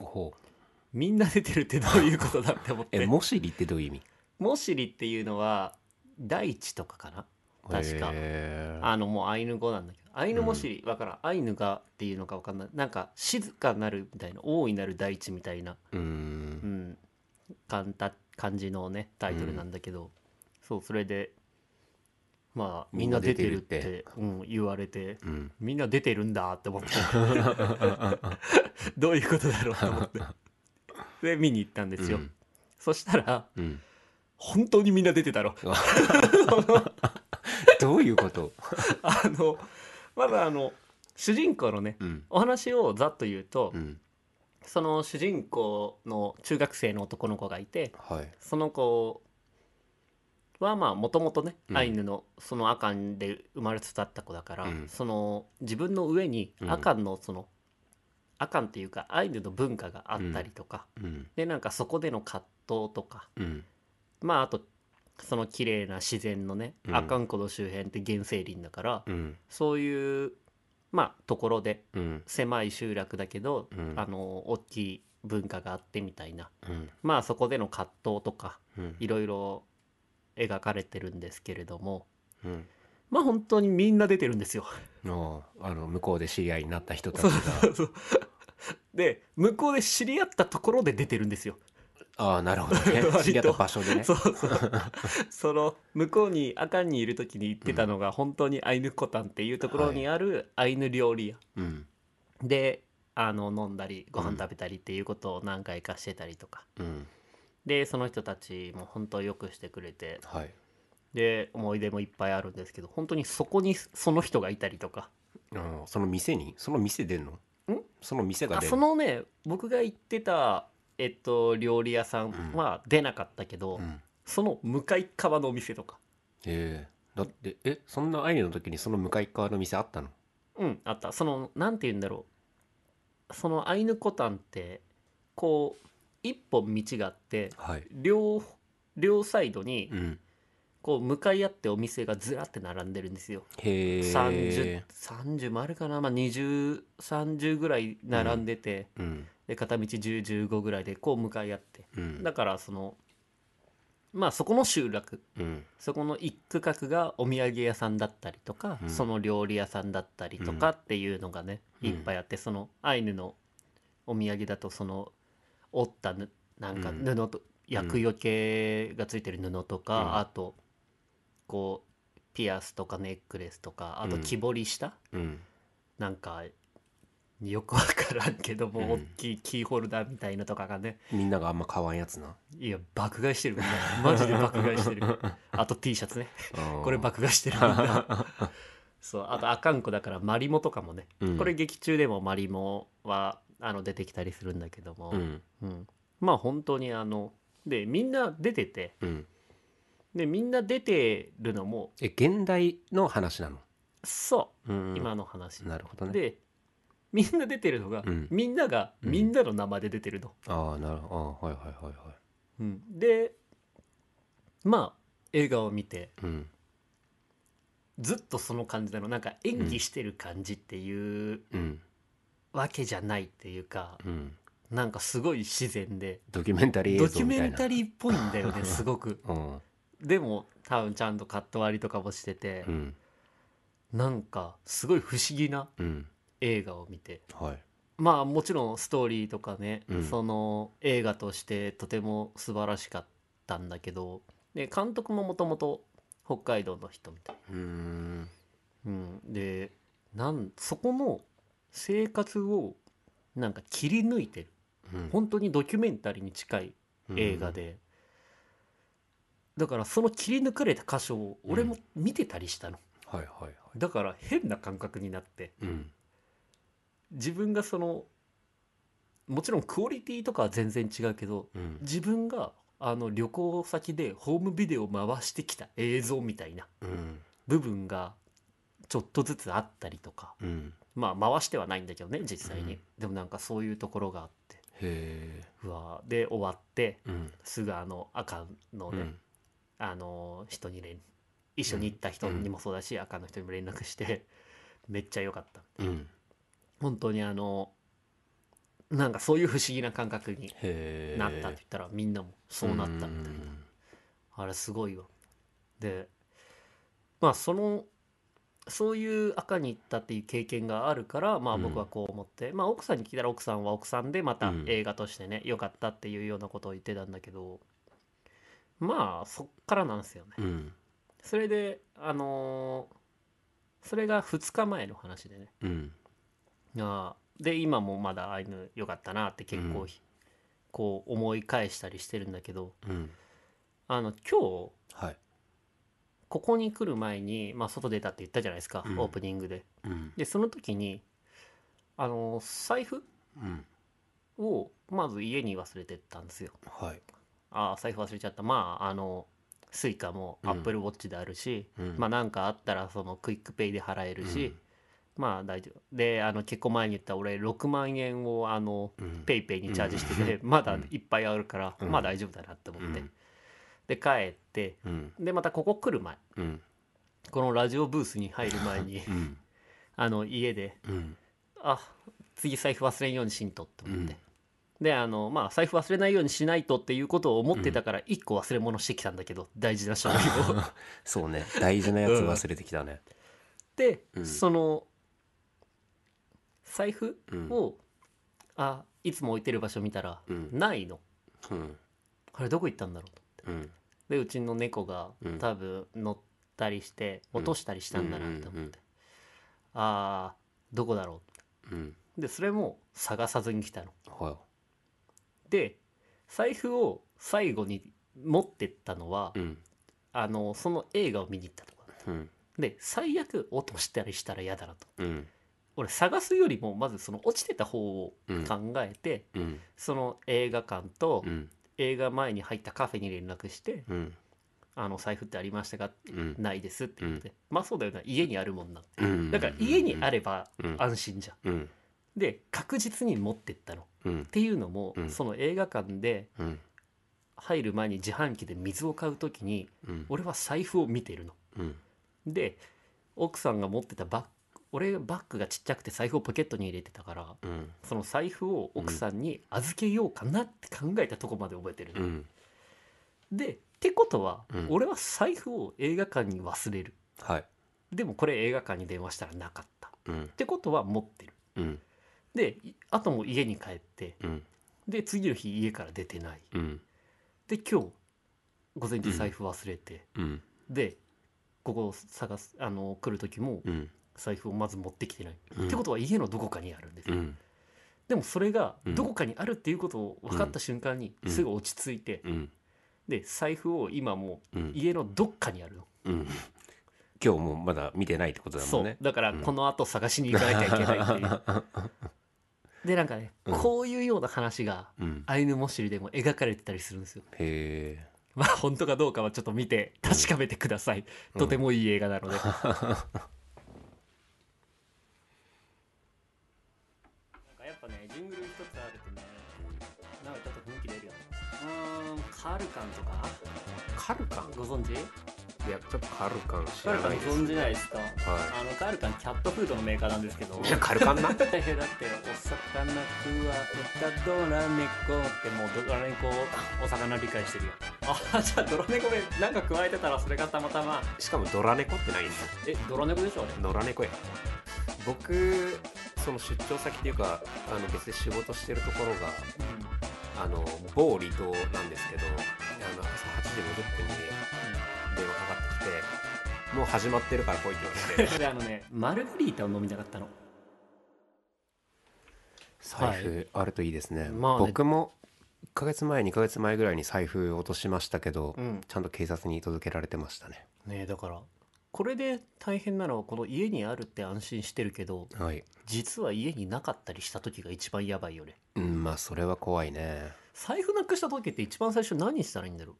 B: ほう
A: みんな出てるってどういうことだって思っ
B: え
A: て
B: もしりってどういう意味
A: モシリっていうのは大地とかかな確か
B: へー
A: あのもうアイヌ語なんだけどアイヌモシリわからんアイヌがっていうのかわかんないなんか静かなるみたいな大いなる大地みたいな、
B: う
A: うんん、簡単感じのねタイトルなんだけど、そうそれでまあみんな出てるってうん、言われて
B: うん、
A: みんな出てるんだって 思ってどういうことだろうと思 ってで見に行ったんですよ、
B: うん
A: そしたら
B: うん、
A: 本当にみんな出てたろ
B: どういうこと、
A: あのまだあの主人公のね
B: うん
A: お話をざっと言うと、
B: うん、
A: その主人公の中学生の男の子がいて
B: はい、
A: その子はまあもともとね、
B: うん
A: アイヌのそのアカンで生まれ育った子だから、
B: うん
A: その自分の上に
B: うん
A: アカンのその、アカンっていうかアイヌの文化があったりとか、
B: うん
A: でなんかそこでの葛藤とか
B: うん
A: まああとその綺麗な自然のね、
B: うん
A: アカン湖の周辺って原生林だから、
B: うん
A: そういうまあところで
B: うん
A: 狭い集落だけど、
B: うん
A: あの大きい文化があってみたいな
B: うん
A: まあそこでの葛藤とか
B: うん
A: いろいろ描かれてるんですけれども
B: うん
A: まあ本当にみんな出てるんです よ。
B: のあの向こうで知り合いになった人たち
A: そう
B: が
A: そうそうで向こうで知り合ったところで出てるんですよ。
B: ああなるほどね
A: 割と
B: 知り合った場所でね
A: そうそう その向こうにアカンにいる時に行ってたのが本当にアイヌコタンっていうところにあるアイヌ料理屋
B: うん
A: であの飲んだりご
B: う
A: 飯
B: ん
A: 食べたりっていうことを何回かしてたりとか
B: うん
A: でその人たちも本当よくしてくれて
B: はい
A: で思い出もいっぱいあるんですけど本当にそこにその人がいたりとか
B: ああその店にその店出んの
A: ん
B: その店が
A: あ
B: 出
A: そ
B: んの
A: のね僕が行ってた、えっと、料理屋さんは出なかったけど、
B: うん
A: その向かい側のお店とか
B: ええだってえそんなアイヌの時にその向かい側の店あったの
A: うんあったそのなんて言うんだろうそのアイヌコタンってこう一本道があって
B: はい
A: 両両サイドに
B: うん
A: こう向かい合ってお店がずらって並んでるんですよ。
B: へえ
A: 30, 30もあるかな、まあ、2030ぐらい並んでて、
B: うん
A: で片道1015ぐらいでこう向かい合って
B: うん
A: だからそのまあそこの集落
B: うん
A: そこの一区画がお土産屋さんだったりとか、
B: うん
A: その料理屋さんだったりとかっていうのがね、
B: うん
A: いっぱいあってそのアイヌのお土産だとその折ったぬなんか
B: うん
A: 布と、厄除けがついてる布とか、
B: うん
A: あとこうピアスとかネックレスとかあと
B: うん
A: 木彫りした、
B: うん
A: なんかよくわからんけども、
B: うん
A: 大きいキーホルダーみたいなとかがね
B: みんながあんま買わんやつ ない
A: や爆買いしてるみんなマジで爆買いしてる あと T シャツねこれ
B: ば
A: 爆買いしてるみんなそうあとあかんこだからマリモとかもね、
B: うん
A: これ劇中でもマリモはあの出てきたりするんだけども、
B: うん
A: うんまあ本当にあのでみんな出てて
B: うん
A: でみんな出てるのも
B: え現代の話なの
A: そうう、
B: ん
A: 今の話、
B: なるほどね
A: でみんな出てるのが、
B: うん
A: みんなが
B: うん
A: みんなの名前で出てるの、
B: ああなるほどはいはいはいは
A: うんでまあ映画を見て
B: いうん
A: ずっとその感じなのなんか演技してる感じっていう
B: うん
A: わけじゃないっていうか、
B: うん
A: なんかすごい自然で
B: ドキュメンタリー映
A: ドキ
B: 像
A: ュ
B: み
A: メ
B: たい
A: ン
B: な
A: タリーっぽいんだ よねすごく
B: うん
A: でも多分ちゃんとカット割りとかもしてて
B: う、ん
A: なんかすごい不思議な
B: うん
A: 映画を見て
B: はい
A: まあもちろんストーリーとかね、
B: うん
A: その映画としてとても素晴らしかったんだけどで監督ももともと北海道の人みたいな
B: うん
A: うん、でなんそこの生活をなんか切り抜いてる本当にドキュメンタリーに近い映画で、だからその切り抜かれた箇所を俺も見てたりしたの、
B: うんはいはいはい
A: だから変な感覚になって
B: うん
A: 自分がそのもちろんクオリティとかは全然違うけど
B: うん
A: 自分があの旅行先でホームビデオを回してきた映像みたいな
B: うん
A: 部分がちょっとずつあったりとか
B: うん
A: まあ回してはないんだけどね実際に、
B: うん
A: でもなんかそういうところがあって
B: へえ
A: うわーで終わって
B: うん
A: すぐあの赤の
B: う
A: ね、
B: ん
A: あの人に連一緒に行った人にもそうだし、赤の人にも連絡して めっちゃ良かった
B: うん
A: 本当にあのなんかそういう不思議な感覚に
B: へえ
A: なったって言ったら、みんなもそうなったみたいな、あれすごいわでまあそのそういう赤に行ったっていう経験があるからまあ
B: うん
A: 僕はこう思って、まあ奥さんに聞いたら奥さんは奥さんでまた
B: うん
A: 映画としてね良、かったっていうようなことを言ってたんだけどまあそっからなんですよね
B: うん
A: それであのーそれが2日前の話でね
B: うん
A: あーで今もまだアイヌ良かったなって結構、
B: うん
A: こう思い返したりしてるんだけど
B: うん
A: あの今日
B: はい
A: ここに来る前に、まあ、外出たって言ったじゃないですか、
B: うん
A: オープニングで
B: うん
A: でその時にあの財布
B: うん
A: をまず家に忘れてったんですよ
B: はい
A: ああ財布忘れちゃったまああのスイカも
B: うん
A: アップルウォッチであるし、
B: うん
A: まあなんかあったらそのクイックペイで払えるし、
B: うん
A: まあ大丈夫であの結構前に言った俺6万円をあの
B: うん
A: ペイペイにチャージしてて、まだいっぱいあるから、
B: うん
A: まあ大丈夫だなって思って、
B: うん
A: で帰って
B: うん
A: でまたここ来る前
B: うん
A: このラジオブースに入る前 に
B: うん
A: あの家で
B: うん
A: あ次財布忘れんようにしんとって思って、
B: うん
A: であのまあ財布忘れないようにしないとっていうことを思ってたから1個忘れ物してきたんだけど大事な商 品を
B: そうね大事なやつ忘れてきたね
A: で、
B: うん
A: その財布
B: うん
A: を、あいつも置いてる場所見たら、
B: うん
A: ないの
B: うん
A: あれどこ行ったんだろうと
B: うん
A: でうちの猫が
B: うん
A: 多分乗ったりして
B: うん
A: 落としたりしたんだなって
B: うん
A: 思
B: う
A: っ
B: んうん
A: てあーどこだろ
B: うん
A: うでそれも探さずに来たの
B: は
A: で財布を最後に持ってったのは、
B: いうん
A: あのその映画を見に行ったとか
B: うん
A: で最悪落としたりしたら嫌だなと
B: うん
A: 俺探すよりもまずその落ちてた方を
B: うん
A: 考えて、
B: うん
A: その映画館と
B: うん
A: 映画前に入ったカフェに連絡して
B: うん
A: 「あの財布ってありましたか?」
B: うん
A: ないですって言って、まあそうだよな家にあるもんなって
B: うん
A: だから家にあれば
B: うん
A: 安心じゃん、
B: うん
A: で確実に持ってったのっ
B: うん
A: ていうのも、
B: うん
A: その映画館で
B: うん
A: 入る前に自販機で水を買う時に
B: うん
A: 俺は財布を見てるの
B: うん
A: で奥さんが持ってたバッグ俺バッグがちっちゃくて財布をポケットに入れてたから
B: うん
A: その財布を奥さんに預けようかなって考えたとこまで覚えてる
B: う
A: の、
B: ん
A: でってことは、
B: うん
A: 俺は財布を映画館に忘れる
B: はい
A: でもこれ映画館に電話したらなかったっ
B: うん
A: てことは持ってる
B: うん
A: でいあともう家に帰って
B: うん
A: で次の日家から出てない
B: うん
A: で今日午前中財布忘れて、
B: うん
A: でここを探すあの来る時も
B: うん
A: 財布をまず持ってきてない、
B: うん
A: ってことは家のどこかにあるんです、
B: うん
A: でもそれが
B: うん
A: どこかにあるっていうことを分かった瞬間に
B: うん
A: すぐ落ち着いて、
B: うん
A: で財布を今も
B: う
A: うん家のどっかにあるの、
B: うん今日もまだ見てないってことだ
A: そ
B: もん
A: う
B: ね
A: だからこの後探しに行かなきゃいけないっていう でなんかね、
B: うん
A: こういうような話が
B: うん
A: アイヌモシリでも描かれてたりするん ですよ
B: へえ
A: まあ本当かどうかはちょっと見て確かめてください、
B: うん
A: とてもいい映画な ので、なんかやっぱねジングル一つあるとねなんかちょっと雰囲気出るよねうーんカルカンとか
B: カルカン
A: ご存知
B: いやちょっとカルカン知
A: カルカ
B: ら
A: ン
B: ないです
A: 存じないですか
B: は
A: あのカルカンキャットフードのメーカーなんですけど
B: いいやカルカンな
A: だってお魚くわえたドラ猫ってもうドラ猫お魚理解してるよあじゃあドラ猫でなんか加えてたらそれがたまたま
B: しかもドラ猫ってないんだ
A: えドラ猫でしょあ
B: 野良猫や僕その出張先っていうかあの別で仕事してるところが
A: れ
B: あの某離島なんですけどあの朝8時50分に電話かかってきてもう始まってるから来いって言わ れて
A: であのねマルグリータを飲みたかったの
B: 財布あるといいですね,、
A: まあね
B: 僕も1ヶ月前2ヶ月前ぐらいに財布落としましたけど、
A: うん
B: ちゃんと警察に届けられてましたね
A: ねえだからこれで大変なのはこの家にあるって安心してるけど
B: はい
A: 実は家になかったりした時が一番やばいよね
B: うんまあそれは怖いね
A: 財布なくした時って一番最初何したらいいんだろ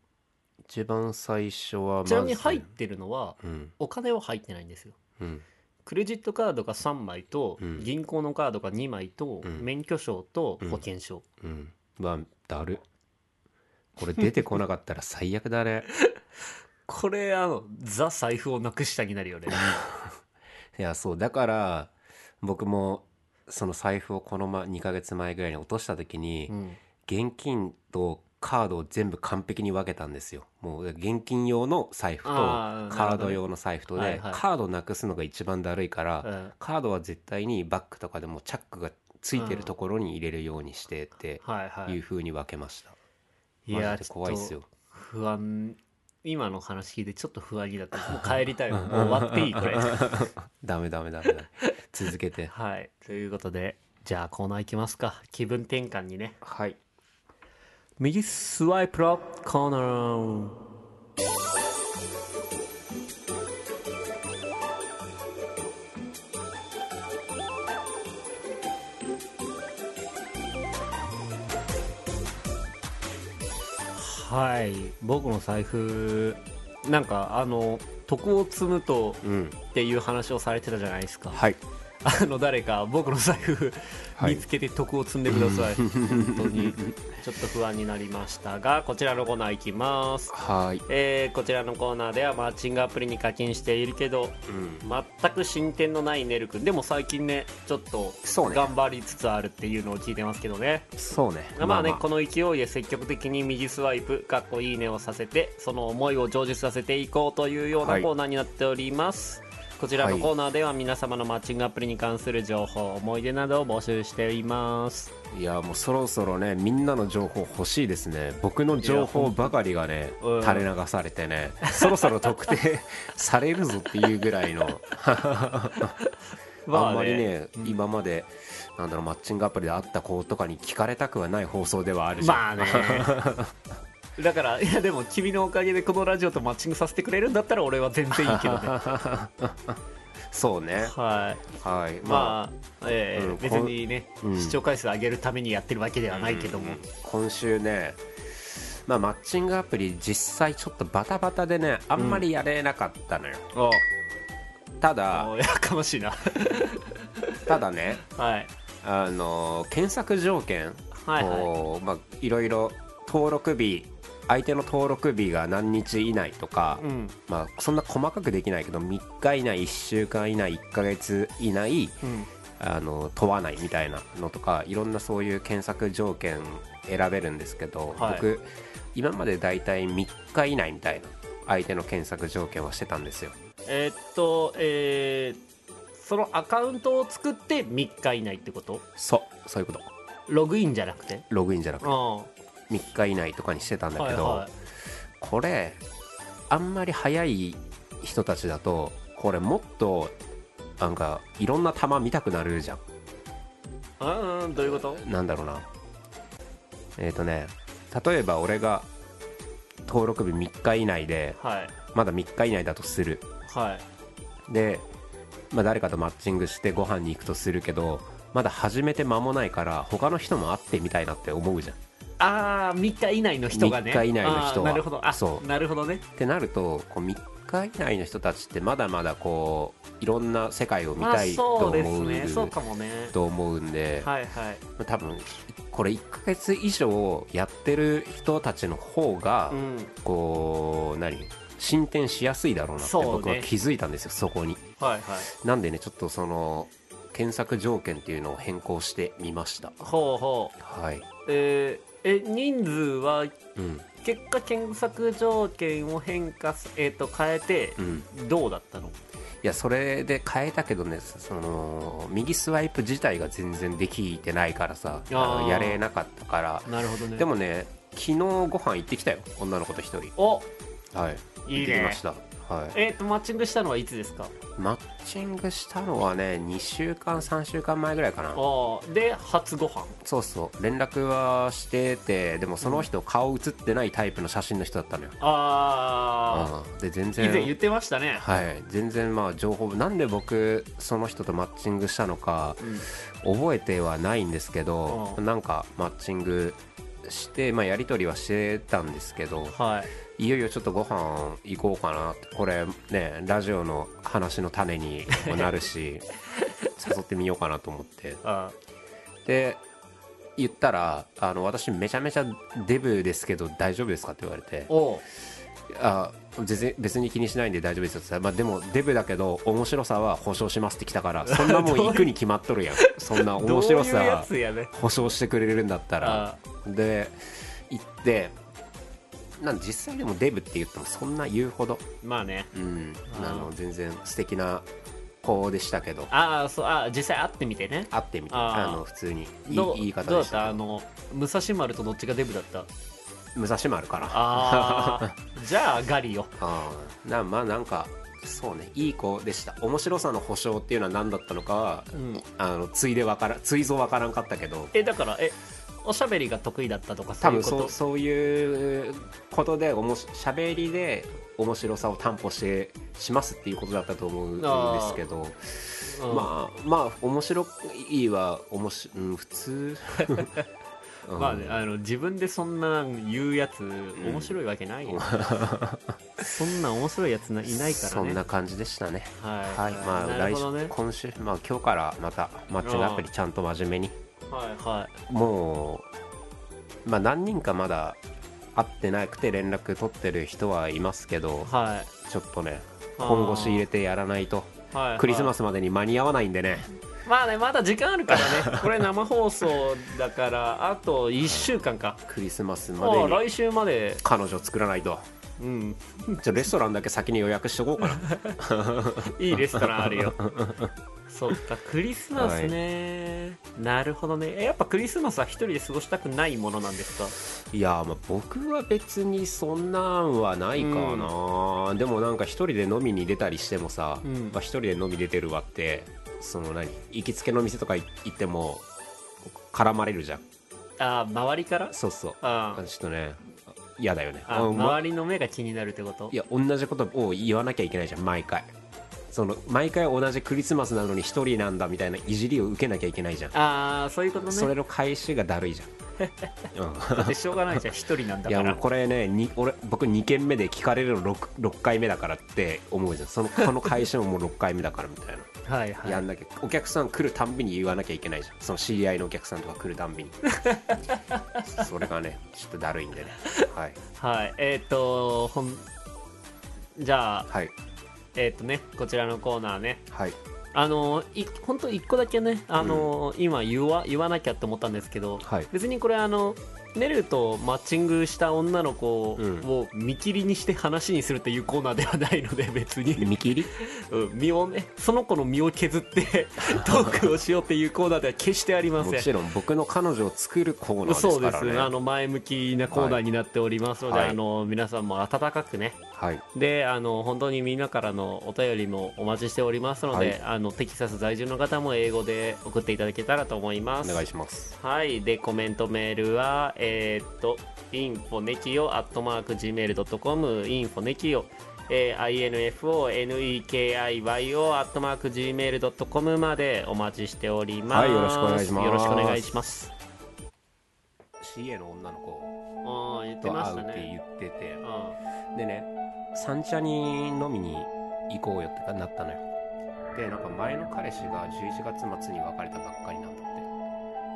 B: 一番最初はま
A: う
B: ず
A: ちなみに入ってるのは
B: うん
A: お金は入ってないんですよ
B: うん
A: クレジットカードが3枚と、
B: うん
A: 銀行のカードが2枚と、
B: うん
A: 免許証と
B: うん
A: 保険証、
B: うんまあだるこれ出てこなかったら 最悪だね
A: これあのザ財布をなくしたになるよね
B: いやそうだから僕もその財布をこの、ま、2ヶ月前ぐらいに落とした時に、
A: うん
B: 現金とカードを全部完璧に分けたんですよもう現金用の財布と
A: あーなる
B: カ
A: ほ
B: ー
A: ど
B: ド
A: ね
B: 用の財布とで、
A: はいはい
B: カードなくすのが一番だるいから、
A: うん
B: カードは絶対にバッグとかでもチャックがついてるところに入れるようにしてって
A: はいはい
B: いう風に分けました、
A: いや
B: マジで怖いっすよ
A: ちょっと不安今の話聞いてちょっと不安になった もう帰りたいもう終わっていいこれ
B: ダメダメダメ ダメ続けて
A: はいということでじゃあコーナー行きますか気分転換にね
B: はい
A: 右スワイプロコーナーはい僕の財布なんかあの徳を積むと
B: うん
A: っていう話をされてたじゃないですか
B: はい
A: あの誰か僕の財布
B: はい
A: 見つけて徳を積んでください、本当にちょっと不安になりましたがこちらのコーナーいきます、
B: はーい
A: えーこちらのコーナーではマッチングアプリに課金しているけど
B: うん
A: 全く進展のないねるくんでも最近ねちょっと
B: そうね
A: 頑張りつつあるっていうのを聞いてますけどね
B: そうね
A: まあね、この勢いで積極的に右スワイプ、かっこいいねをさせて、その思いを成就させていこうというよう
B: は
A: ないコーナーになっております。こちらの
B: はい
A: コーナーでは皆様のマッチングアプリに関する情報、思い出などを募集しています。
B: いやもうそろそろねみんなの情報欲しいですね僕の情報ばかりがね
A: いやうん
B: 垂れ流されてねそろそろ特定 されるぞっていうぐらいのあんまりね今までなんだろうマッチングアプリで会った子とかに聞かれたくはない放送ではあるじゃん、
A: まあ ね。だから、いやでも君のおかげでこのラジオとマッチングさせてくれるんだったら俺は全然いいけど ね。
B: そうね
A: はい。
B: はいまあ、
A: まあ、えー
B: うん
A: 別にね、
B: うん
A: 視聴回数上げるためにやってるわけではないけども。
B: 今週ねまあ、マッチングアプリ実際ちょっとバタバタでねあんまりやれなかったのよ、
A: お
B: ただ
A: おやかましいな。
B: ただね
A: はい。
B: あの検索条件
A: はいはい
B: こうまあいろいろ登録日相手の登録日が何日以内とか、
A: うん。
B: まあ、そんな細かくできないけど3日以内1週間以内1ヶ月以内
A: うん。
B: あの問わないみたいなのとかいろんなそういう検索条件選べるんですけど、
A: はい
B: 僕今までだいたい3日以内みたいな相手の検索条件はしてたんですよ
A: えーっと、えーそのアカウントを作って3日以内ってこと
B: そうそういうこと
A: ログインじゃなくて
B: ログインじゃなく
A: う
B: て
A: ん。
B: 3日以内とかにしてたんだ
A: は
B: け
A: い
B: ど、
A: は
B: これあんまり早い人たちだとこれもっとなんかいろんな球見たくなるじゃん
A: い。うんうん、どういうこと
B: なんだろうなえっ、とね例えば俺が登録日3日以内で
A: はい。
B: まだ3日以内だとする
A: はい。
B: で、まあ、誰かとマッチングしてご飯に行くとするけどまだ始めて間もないから他の人も会ってみたいなって思うじゃん
A: ああ、3日以内の人がね。
B: 3日以内の人は
A: あーなるほど。あ、
B: そう
A: なるほどね。
B: ってなるとこう3日以内の人たちってまだまだこういろんな世界を見たいと
A: まあ、そう
B: 思う,、
A: ですね。そうかもね。
B: と思うんで、
A: はいはい。
B: 多分これ1ヶ月以上やってる人たちの方が、
A: うん。
B: こう何進展しやすいだろうなって
A: そうね
B: 僕は気づいたんですよそこに
A: はいはい。
B: なんでねちょっとその検索条件っていうのを変更してみました
A: ほうほう。
B: はい、
A: えーえ、人数は、
B: うん
A: 結果検索条件を変化す、えーっと、変えて
B: う、ん、
A: どうだったの
B: いやそれで変えたけどねその右スワイプ自体が全然できてないからさあ
A: あ
B: の
A: ー
B: やれなかったから
A: なるほどね
B: で、もね昨日ご飯行ってきたよ女の子と一人
A: お
B: はい
A: いいね
B: 行ってきましたはい
A: えーっと、マッチングしたのはいつですか
B: マッチングしたのはね2週間3週間前ぐらいかな
A: ああで初ご飯
B: そうそう連絡はしててでもその人顔写ってないタイプの写真の人だったのよ、
A: ああ
B: あーで全
A: 以前
B: 然
A: 言ってましたね
B: はい全然まあ情報なんで僕その人とマッチングしたのか覚えてはないんですけど、
A: うん
B: なんかマッチングして、まあ、やり取りはしてたんですけど
A: はい
B: いよいよちょっとご飯行こうかなってこれねラジオの話の種にもな るし誘ってみようかなと思って
A: あ
B: で言ったらあの私めちゃめちゃデブですけど大丈夫ですかって言われて
A: ーおう
B: あ全然別に気にしないんで大丈夫ですよって言ったら、まあ、でもデブだけど面白さは保証しますって来たからそんなもん行くに決まっと るやんそんな面
A: ど
B: 白
A: ういうや
B: さ
A: つやね
B: 保証してくれるんだったら
A: あ
B: で行ってなん実際でもデブって言ってもそんな言うほど、
A: まあね
B: うん、
A: あー
B: あの全然素敵な子でしたけど
A: ああそうあー実際会ってみてね
B: 会ってみて
A: あ
B: あ
A: ー
B: の普通にいい
A: どう
B: いい方
A: どうだ
B: でし
A: ったたあの武蔵丸とどっちがデブだった
B: 武蔵丸かな
A: あーじゃあガリよ
B: あーなまあなんかそうねいい子でした面白さの保証っていうのは何だったのかは、
A: ん
B: あのついでわからついぞわからんかったけど
A: えだからえおしゃべりが得意だったとかそ
B: 多
A: ういう
B: 分
A: こ
B: そ
A: と
B: うそういうことでおもししゃべりで面白さを担保してしますっていうことだったと思うんですけど
A: うん
B: まあまあ面白いはおもし、うん、普通、うん
A: まあね、あの自分でそんなん言うやつ面白いわけないよ、 そんなん面白いやつないないから
B: そ
A: ね
B: んな感じでしたね
A: は、
B: はいいまあ
A: なる
B: 来
A: ほ
B: 週、
A: どね
B: 今週まあ今日からまたマッチングアプリちゃんと真面目に
A: はいは
B: もうまあ何人かまだ会ってなくて連絡取ってる人はいますけど
A: いはい
B: ちょっとね
A: あー
B: 本腰入れてやらないと
A: はいはい
B: クリスマスまでに間に合わないんでね
A: まあねまだ時間あるからねこれ生放送だからあと1週間か
B: クリスマス
A: あ
B: まで
A: あ
B: に
A: 来週まで
B: 彼女作らないと
A: うん
B: ちょレストランだけ先に予約しとこう かな
A: いいレストランある よそっかクリスマスね、なるほどねえやっぱクリスマスは一人で過ごしたくないものなんですか
B: いやーまあ僕は別にそんなんはないかな、でもなんか一人で飲みに出たりしてもさ、
A: うん
B: まあ、一人で飲み出てるわってその何行きつけの店とか行っても絡まれるじゃん
A: ああ周りから
B: そうそう
A: あ
B: あちょっとね嫌だよね
A: あ
B: あま
A: 周りの目が気になるってこと
B: いや同じことを言わなきゃいけないじゃん毎回その毎回同じクリスマスなのに一人なんだみたいないじりを受けなきゃいけないじゃん
A: ああそういうことね
B: それの返しがだるいじ ゃん、
A: だってしょうがないじゃん一人なん
B: うん、
A: だ
B: い
A: か
B: やもう
A: ら
B: これねに俺僕2軒目で聞かれるの 6, 六回目だからって思うじゃんそのこの返しももう6回目だからみたいな、
A: はいはい
B: やんなきゃお客さん来るたんびに言わなきゃいけないじゃんその知り合いのお客さんとか来るたん びにそれがねちょっとだるいんでねはい
A: はいえっ、とほんじゃあ
B: はい
A: えっ、とねこちらのコーナーね
B: はい
A: あのい本当一個だけねあの、今言わ言わなきゃって思ったんですけど、
B: はい
A: 別にこれあのネルとマッチングした女の子
B: うん
A: を見切りにして話にするっていうコーナーではないので別に、
B: 見切り
A: うん、身をねその子の身を削って トークをしようっていうコーナーでは決してありませ
B: も
A: ん
B: ちろん僕の彼女を作るコーナーです
A: そう
B: か
A: で
B: ら
A: す、
B: ね
A: あの前向きなコーナーになっておりますので、
B: はい
A: あの皆さんも温かくね
B: はい
A: であの本当にみんなからのお便りもお待ちしておりますので、
B: はい
A: あのテキサス在住の方も英語で送っていただけたらと思いま
B: お
A: す
B: 願いします
A: はいでコメントメールはえーっと infonekio.gmail.com infonekio えー infonekio アットマーク gmail.com までお待ちしております。
B: はいよろしくお願いします
A: よろしくお願いします。
B: CA の女の子
A: ああ言って
B: と
A: ました
B: 会うって言
A: ね。
B: ってて
A: あ
B: でね三茶に飲みに行こうよってなったのよでなんか前の彼氏が11月末に別れたばっかりなんだって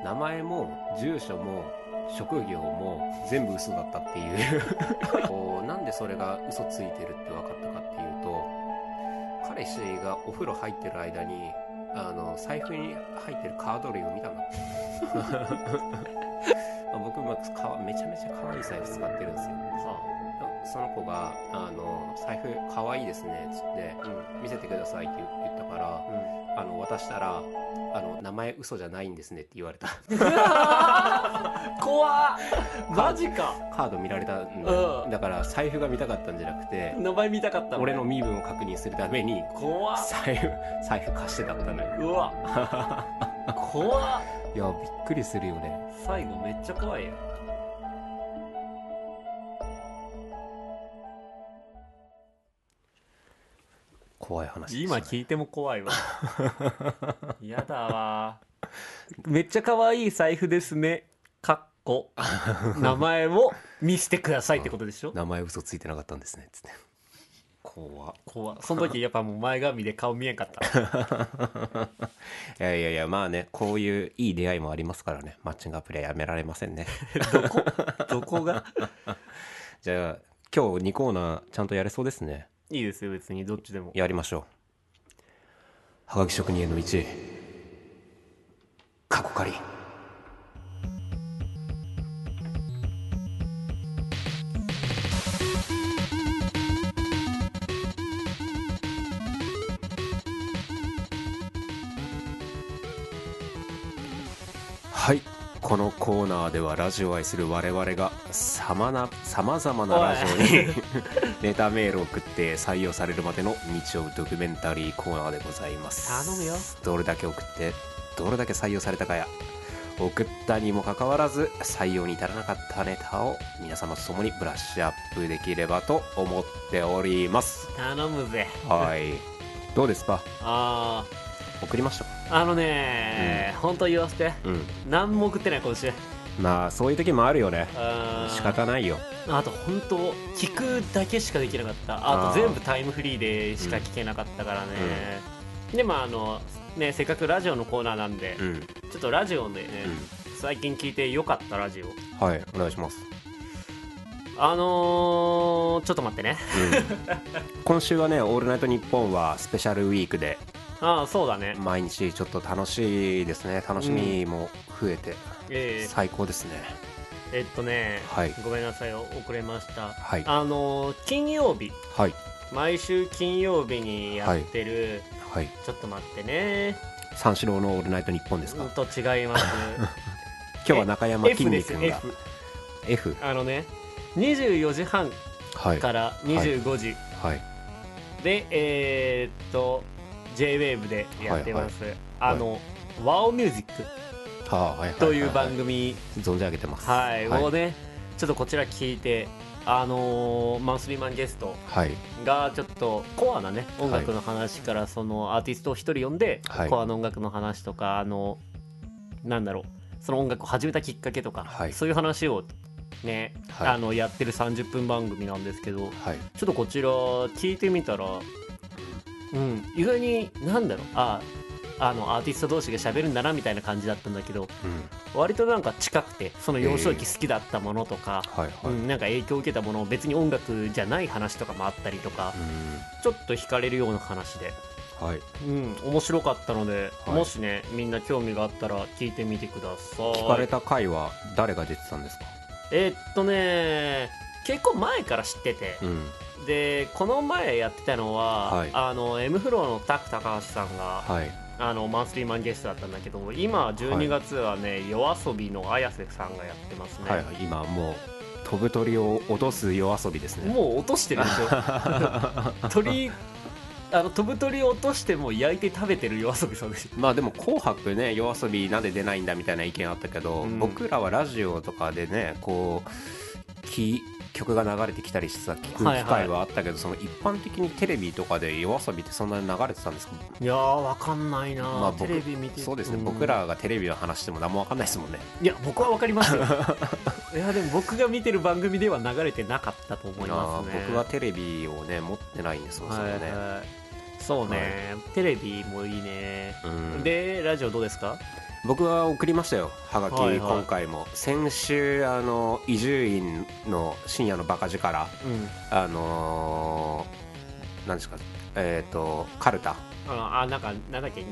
B: 名前も住所も職業も全部嘘だったっていうこうなんでそれが嘘ついてるって分かったかっていうと彼氏がお風呂入ってる間にあの財布に入ってるカード類を見たの僕まあかわめちゃめちゃ可愛い財布使ってるんですよその子が「あの財布可愛いですね」っつって
A: うん
B: 「見せてください」って言言ったから
A: うん
B: あの渡したらあの「名前嘘じゃないんですね」って言われた
A: 怖っマジか
B: カード見られたんだよ、
A: うん
B: だから財布が見たかったんじゃなくて
A: 名前見たかったの
B: 俺の身分を確認するために
A: 怖っ
B: 財布財布貸してたったのよ
A: うわ怖っ
B: いやびっくりするよね
A: 最後めっちゃ怖いやん
B: 怖い話でし
A: 今
B: たね
A: 聞いても怖いわやだわめっちゃ可愛い財布ですねかっこ名前を見せてくださいってことでしょ
B: 名前嘘ついてなかったんですねっつって怖っ
A: 怖っその時やっぱもう前髪で顔見えんかった
B: いやいやいやまあねこういういい出会いもありますからねマッチングアプリはやめられませんね
A: どこ どこが
B: じゃあ今日2コーナーちゃんとやれそうですね
A: いいですよ別にどっちでも
B: やりましょうはがき職人への道過去借りはいこのコーナーではラジオを愛する我々がさまな様々なラジオにネタメールを送って採用されるまでの道を追うドキュメンタリーコーナーでございます
A: 頼むよ
B: どれだけ送ってどれだけ採用されたかや送ったにもかかわらず採用に至らなかったネタを皆様と共にブラッシュアップできればと思っております
A: 頼むぜ
B: はい どうですか
A: あ
B: 送りましょ
A: ああのね、本当言わせて
B: ううん
A: 何も食ってない今週
B: まあそういう時もあるよね
A: あー
B: 仕方ないよ
A: あと本当聞くだけしかできなかったあ
B: あー
A: と全部タイムフリーでしか聞けなかったからね、でまああのねせっかくラジオのコーナーなんで、
B: うん
A: ちょっとラジオでね、
B: う
A: 最近聞いてよかったラジオ
B: はいお願いします
A: あのー、ちょっと待ってね
B: 今週はね「オールナイトニッポン」はスペシャルウィークで
A: ああそうだね、
B: 毎日ちょっと楽しいですね楽しみも増えて、
A: えー
B: 最高ですね
A: えっとね、
B: はい
A: ごめんなさい遅れました、
B: はい
A: あのー金曜日
B: はい
A: 毎週金曜日にやってる、
B: はい
A: ちょっと待ってね
B: 三四郎の「オールナイトニッポン」ですか、
A: うんと違います
B: 今日は中山
A: F
B: きん
A: で
B: に
A: す
B: 君が
A: F
B: F,
A: あのね24時半
B: はい
A: から25時
B: はい
A: で、えーっと JWAVE でやってます、あの、WOW ミュージック
B: ああはいはい
A: という番
B: は
A: 組
B: い存じ上げてます
A: はい、
B: はい
A: をねちょっとこちら聞いてあのーマンスリーマンゲスト
B: はい
A: がちょっとコアなね音楽の話から、そのアーティストを一人呼んで、
B: はい
A: コアの音楽の話とかあのなんだろうその音楽を始めたきっかけとか、
B: はい
A: そういう話をね、
B: はい
A: あのやってる30分番組なんですけど
B: はい
A: ちょっとこちら聞いてみたら、うん、意外になんだろうああのアーティスト同士が喋るんだなみたいな感じだったんだけど
B: うん
A: 割となんか近くてその幼少期好きだったものとか、
B: はいはい、
A: うん、なんか影響を受けたもの別に音楽じゃない話とかもあったりとか、
B: う
A: ちょっと惹かれるような話で、
B: んはい
A: うん、面白かったので、
B: はい
A: もしねみんな興味があったら聞いてみてください
B: 聞かれた回は誰が出てたんですか
A: えーっとね結構前から知ってて、
B: うん
A: でこの前やってたのは、
B: はい
A: あの M フローのタク高橋さんが、
B: はい
A: あのマンスリーマンゲストだったんだけど今
B: はい
A: 12月はね、夜遊びの綾瀬さんがやってますね、
B: はいはい、今もう飛ぶ鳥を落とす夜遊びですね
A: もう落としてるでし ょ鳥あの飛ぶ鳥を落としてもう焼いて食べてる夜遊びさんですよ
B: まあでも「紅白」ね夜遊びなんで出ないんだみたいな意見あったけど、
A: うん
B: 僕らはラジオとかでねこうき曲が流れてきたりしてさ聞く
A: はいはい
B: 機会はあったけど、その一般的にテレビとかで夜遊びってそんなに流れてたんですか
A: いやーわかんないな、
B: まあ僕
A: テレビ見て
B: そうですね、
A: ん
B: 僕らがテレビの話しても何も分かんないですもんね
A: いや僕はわかりますよ いやでも僕が見てる番組では流れてなかったと思います
B: あ
A: ね
B: ー僕はテレビをね持ってないんですもんそもね、
A: はいはいそうね、テレビもいいね、
B: うん
A: でラジオどうですか
B: 僕は送りましたよはがき、
A: はいはい
B: 今回も先週あの伊集院の深夜のバカ力
A: うん
B: あのー、なんですかえっ、とカルタ
A: ああなんかなんだっけ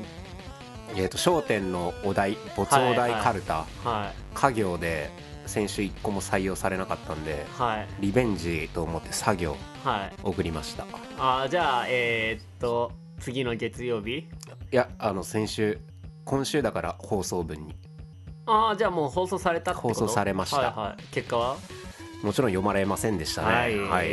B: えっ、と商店のお題没お
A: はい
B: 題
A: はい
B: カルタ、
A: は
B: 家業で先週1個も採用されなかったんで
A: いはい
B: リベンジと思って作業
A: はい
B: 送りました
A: あーじゃあえー、っと次の月曜日
B: いやあの先週今週だから放送分に
A: ああじゃあもう放送されたってこと
B: 放送されました
A: はいはい、結果は
B: もちろん読まれませんでしたね
A: はい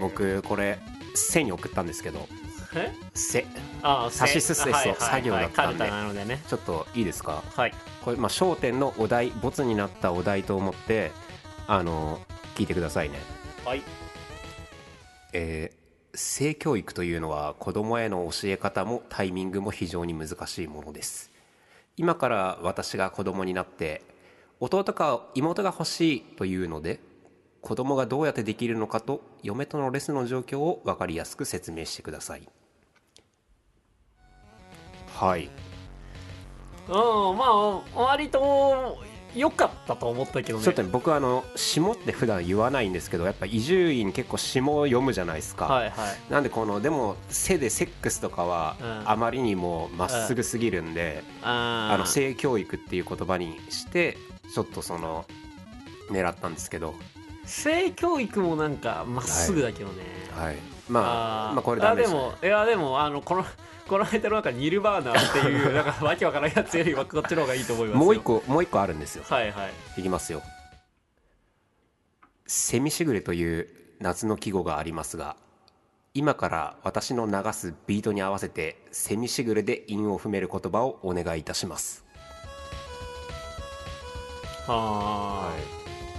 B: 僕これ「せ」に送ったんですけど
A: え
B: 「せ」
A: ああ
B: 差しすせそ作業だったんで
A: カルタなのでね
B: ちょっといいですか
A: はい
B: これ、まあ、焦点のお題ボツになったお題と思ってあの聞いてくださいね
A: はい
B: えー性教育というのは子供への教え方もタイミングも非常に難しいものです今から私が子供になって弟か妹が欲しいというので子供がどうやってできるのかと嫁とのレスの状況を分かりやすく説明してくださいはい
A: うんまあ割と良かったと思ったけどね
B: ちょっとね僕はあの「下」って普段言わないんですけどやっぱ伊集院結構「下」を読むじゃないですか、
A: はいはい
B: なんでこのでも「背でセックスとかは
A: うん
B: あまりにもまっすぐすぎるんで、
A: あー
B: あの性教育っていう言葉にしてちょっとその狙ったんですけど、
A: 性教育もなんかまっすぐだけどね、
B: はい、まあ
A: あー
B: まあこれダメ
A: あで
B: で
A: す
B: ね
A: もいやでもあのこのこの間の中ニルバーナっていう なんかわけわからんやつよりはこっちの方がいいと思いますよ
B: もう一個もう一個あるんですよ
A: はいはい
B: いきますよセミしぐれという夏の季語がありますが今から私の流すビートに合わせてセミしぐれで韻を踏める言葉をお願いいたします
A: あ
B: は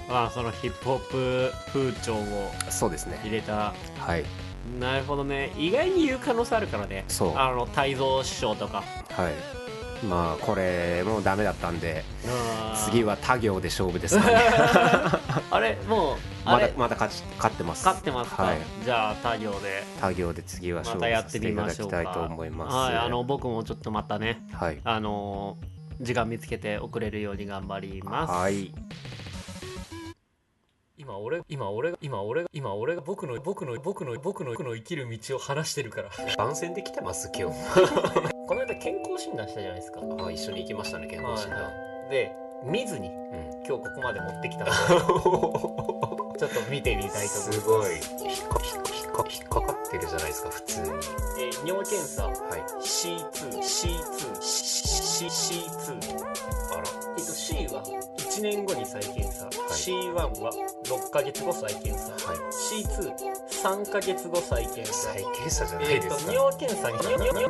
A: ー、まあそのヒップホップ風潮を
B: いそうです
A: 入
B: ね
A: れた
B: はい
A: なるほどね意外に言う可能性あるからね
B: そう
A: あの泰造師匠とか
B: はいまあこれもうダメだったんで次
A: は
B: は他行で勝負ですかね
A: あれもうあ
B: ま
A: れ
B: だまだ勝ち勝ってます
A: 勝ってますか、
B: はい
A: じゃあ他行で
B: 他行で次は
A: ま
B: 勝負
A: たや
B: さ
A: っ
B: せ
A: て
B: て
A: み
B: いた
A: ま
B: だ
A: しょ
B: き
A: うか
B: たいと思います
A: はいあの僕もちょっとまたね
B: はい
A: あのー時間見つけて送れるように頑張ります。
B: はい
A: 今俺今俺が今俺が今俺が僕の僕の僕の僕の僕の生きる道を話してるから。
B: 番宣で来てます今日
A: この間健康診断したじゃないですか。は
B: あ一緒に行きましたね健
A: い
B: 康診断
A: はい。で見ずに
B: うん
A: 今日ここまで持って きたのでちょっと見てみたいと思います。
B: すごい引っか引っか引っかかってるじゃないですか普通には
A: えー尿検査
B: い
A: C2 C2 C C2
B: あら
A: えっと C は1年後に再検査、C1 は6ヶ月後再検査、
B: はい
A: C23 ヶ月後再検査
B: 再検査じゃな
A: え
B: い
A: っと
B: ですか、
A: 尿検査に尿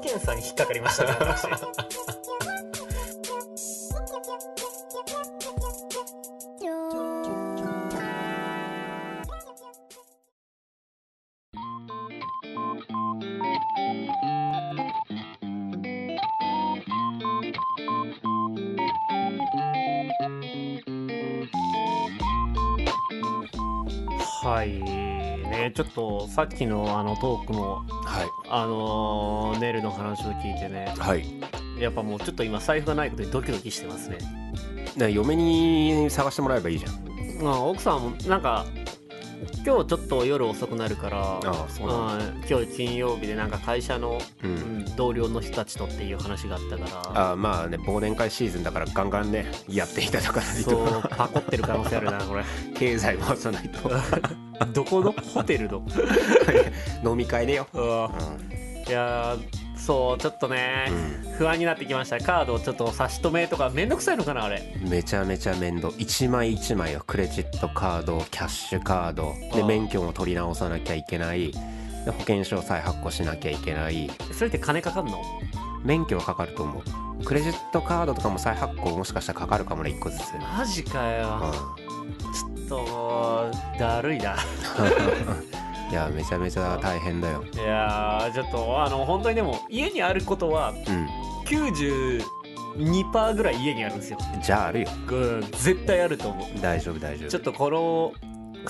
A: 検査に引っかかりましたね私はいねちょっとさっきのあのトークの
B: はい
A: あのーネルの話を聞いてね
B: はい
A: やっぱもうちょっと今財布がないことにドキドキしてますね、
B: な嫁に探してもらえばいいじゃん
A: まあ、奥さんもなんか今日ちょっと夜遅くなるから
B: あそうな
A: うん今日金曜日でなんか会社の、
B: うん
A: うん同僚の人たちとっていう話があったから
B: あーまあね忘年会シーズンだからガンガンねやっていただかない
A: そ
B: と
A: うパコってる可能性あるな これ
B: 経済回さないと
A: どこのホテルの
B: 飲み会でよ、
A: うん
B: う
A: いやーそうちょっとね、
B: う
A: 不安になってきましたカードをちょっと差し止めとかめんどくさいのかなあれ
B: ん、めちゃめちゃ面倒一枚一枚よクレジットカードキャッシュカードで
A: あー
B: 免許も取り直さなきゃいけないで保険証再発行しなきゃいけない
A: それって金かかんの
B: 免許はかかると思うクレジットカードとかも再発行もしかしたらかかるかもね1個ずつ、 うん、
A: マジかよちょっともうだるいな
B: いやめちゃめちゃ大変だよ
A: いやーちょっとあの本当にでも家にあることは
B: うん
A: 92%ぐらい家にあるんですよ
B: じゃああるよ
A: うん絶対あると思う
B: 大丈夫大丈夫
A: ちょっとこの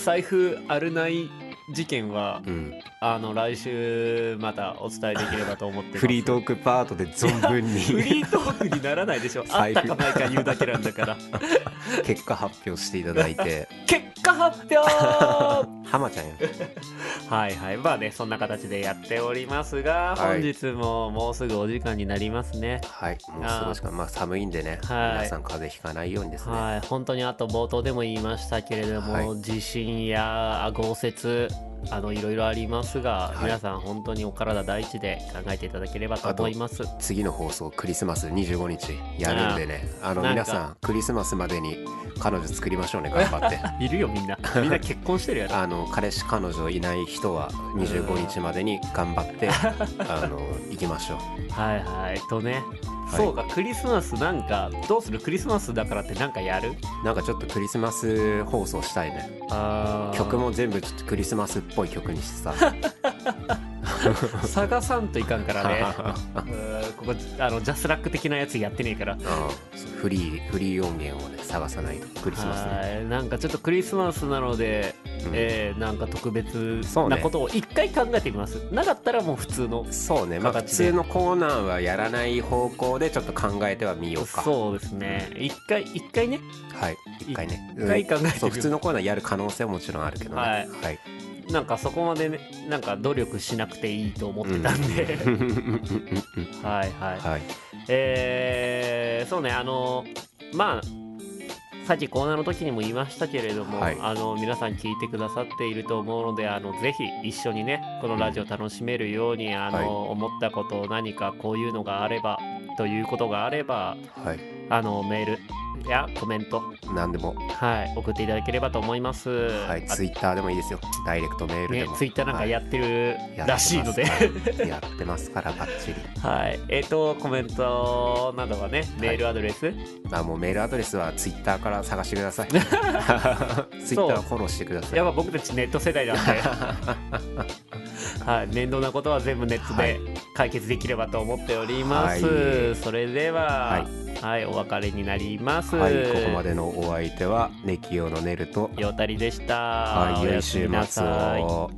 A: 財布あるない事件は
B: うん、
A: あの来週またお伝えできればと思ってます
B: フリートークパートで存
A: フ
B: 分に
A: リートークにならないでしょあっ
B: 財布
A: たかないか言うだけなんだから
B: 結果発表していただいて
A: 結果発表は
B: 浜ちゃんよ
A: いはいまあねそんな形でやっておりますが
B: は
A: 本
B: い
A: 日ももうすぐお時間になりますね、
B: はいもう少しかまあ寒いんでね、
A: はい
B: 皆さん風邪ひかないようにですねは
A: はい、本当にあと冒頭でも言いましたけれども、
B: はい
A: 地震や豪雪あのいろいろありますが、
B: はい
A: 皆さん本当にお体第一で考えていただければと思います。
B: い次の放送クリスマス25日やるんでねあの
A: なんか
B: 皆さんクリスマスまでに彼女作りましょ うね頑張って
A: いるよみんな。みんな結婚してるやろ。
B: あの彼氏彼女いない人は25日までに頑張って あの行きましょう
A: はいはいとね、そうかクリスマスなんかどうするクリスマスだからってなんかやる
B: なんかちょっとクリスマス放送したいね
A: あー
B: 曲も全部ちょっとクリスマスっぽい曲にして さ。
A: 探さんといかんから ねうーんここあのジャスラック的なやつやってねえから。
B: うんそうフリーフリー音源をね探さないとクリスマスに
A: はいなんかちょっとクリスマスなので、
B: うん
A: えーなんか特別
B: そうね
A: なことを一回考えてみます、なかったらもう普通の
B: そうねまあ普
A: 形で
B: 通のコーナーはやらない方向でちょっと考えてはみようか
A: そうですね一回一回ね
B: はい一回ね
A: 一回考えてみよ
B: うん
A: う
B: そう普通のコーナーやる可能性はもちろんあるけどね
A: はい
B: はい
A: なんかそこまでねなんか努力しなくていいと思ってたんで、
B: うんうんうんうんうん
A: はいはい、
B: はい
A: えーそうねあのまあさっきコーナーの時にも言いましたけれども、
B: はい
A: あの皆さん聞いてくださっていると思うのであのぜひ一緒にねこのラジオ楽しめるように、あの
B: はい
A: 思ったこと何かこういうのがあればということがあれば
B: はい
A: あのメールやコメント、
B: 何でも
A: はい、送っていただければと思います。
B: はい
A: あ
B: ツイッターでもいいですよダイレクトメールで
A: ね
B: も、
A: ツイッターなんかやってる
B: やってます
A: らしいので、
B: はいやってますからバッチリ
A: はい、えっ、と、コメントなどはね、メールアドレス、
B: あもうメールアドレスはツイッターから探してく ださいツイッターフォローしてください
A: やっぱ僕たちネット世代 なんで、はい、面倒なことは全部ネット
B: は
A: で
B: い
A: 解決できればと思っております。
B: はい
A: それでは
B: は、
A: はい、お別れになります。
B: はいここまでのお相手はネキオのネルと
A: ようたりでした。
B: はい
A: お
B: 良
A: や
B: い
A: す
B: 週
A: みな
B: 末
A: さい
B: を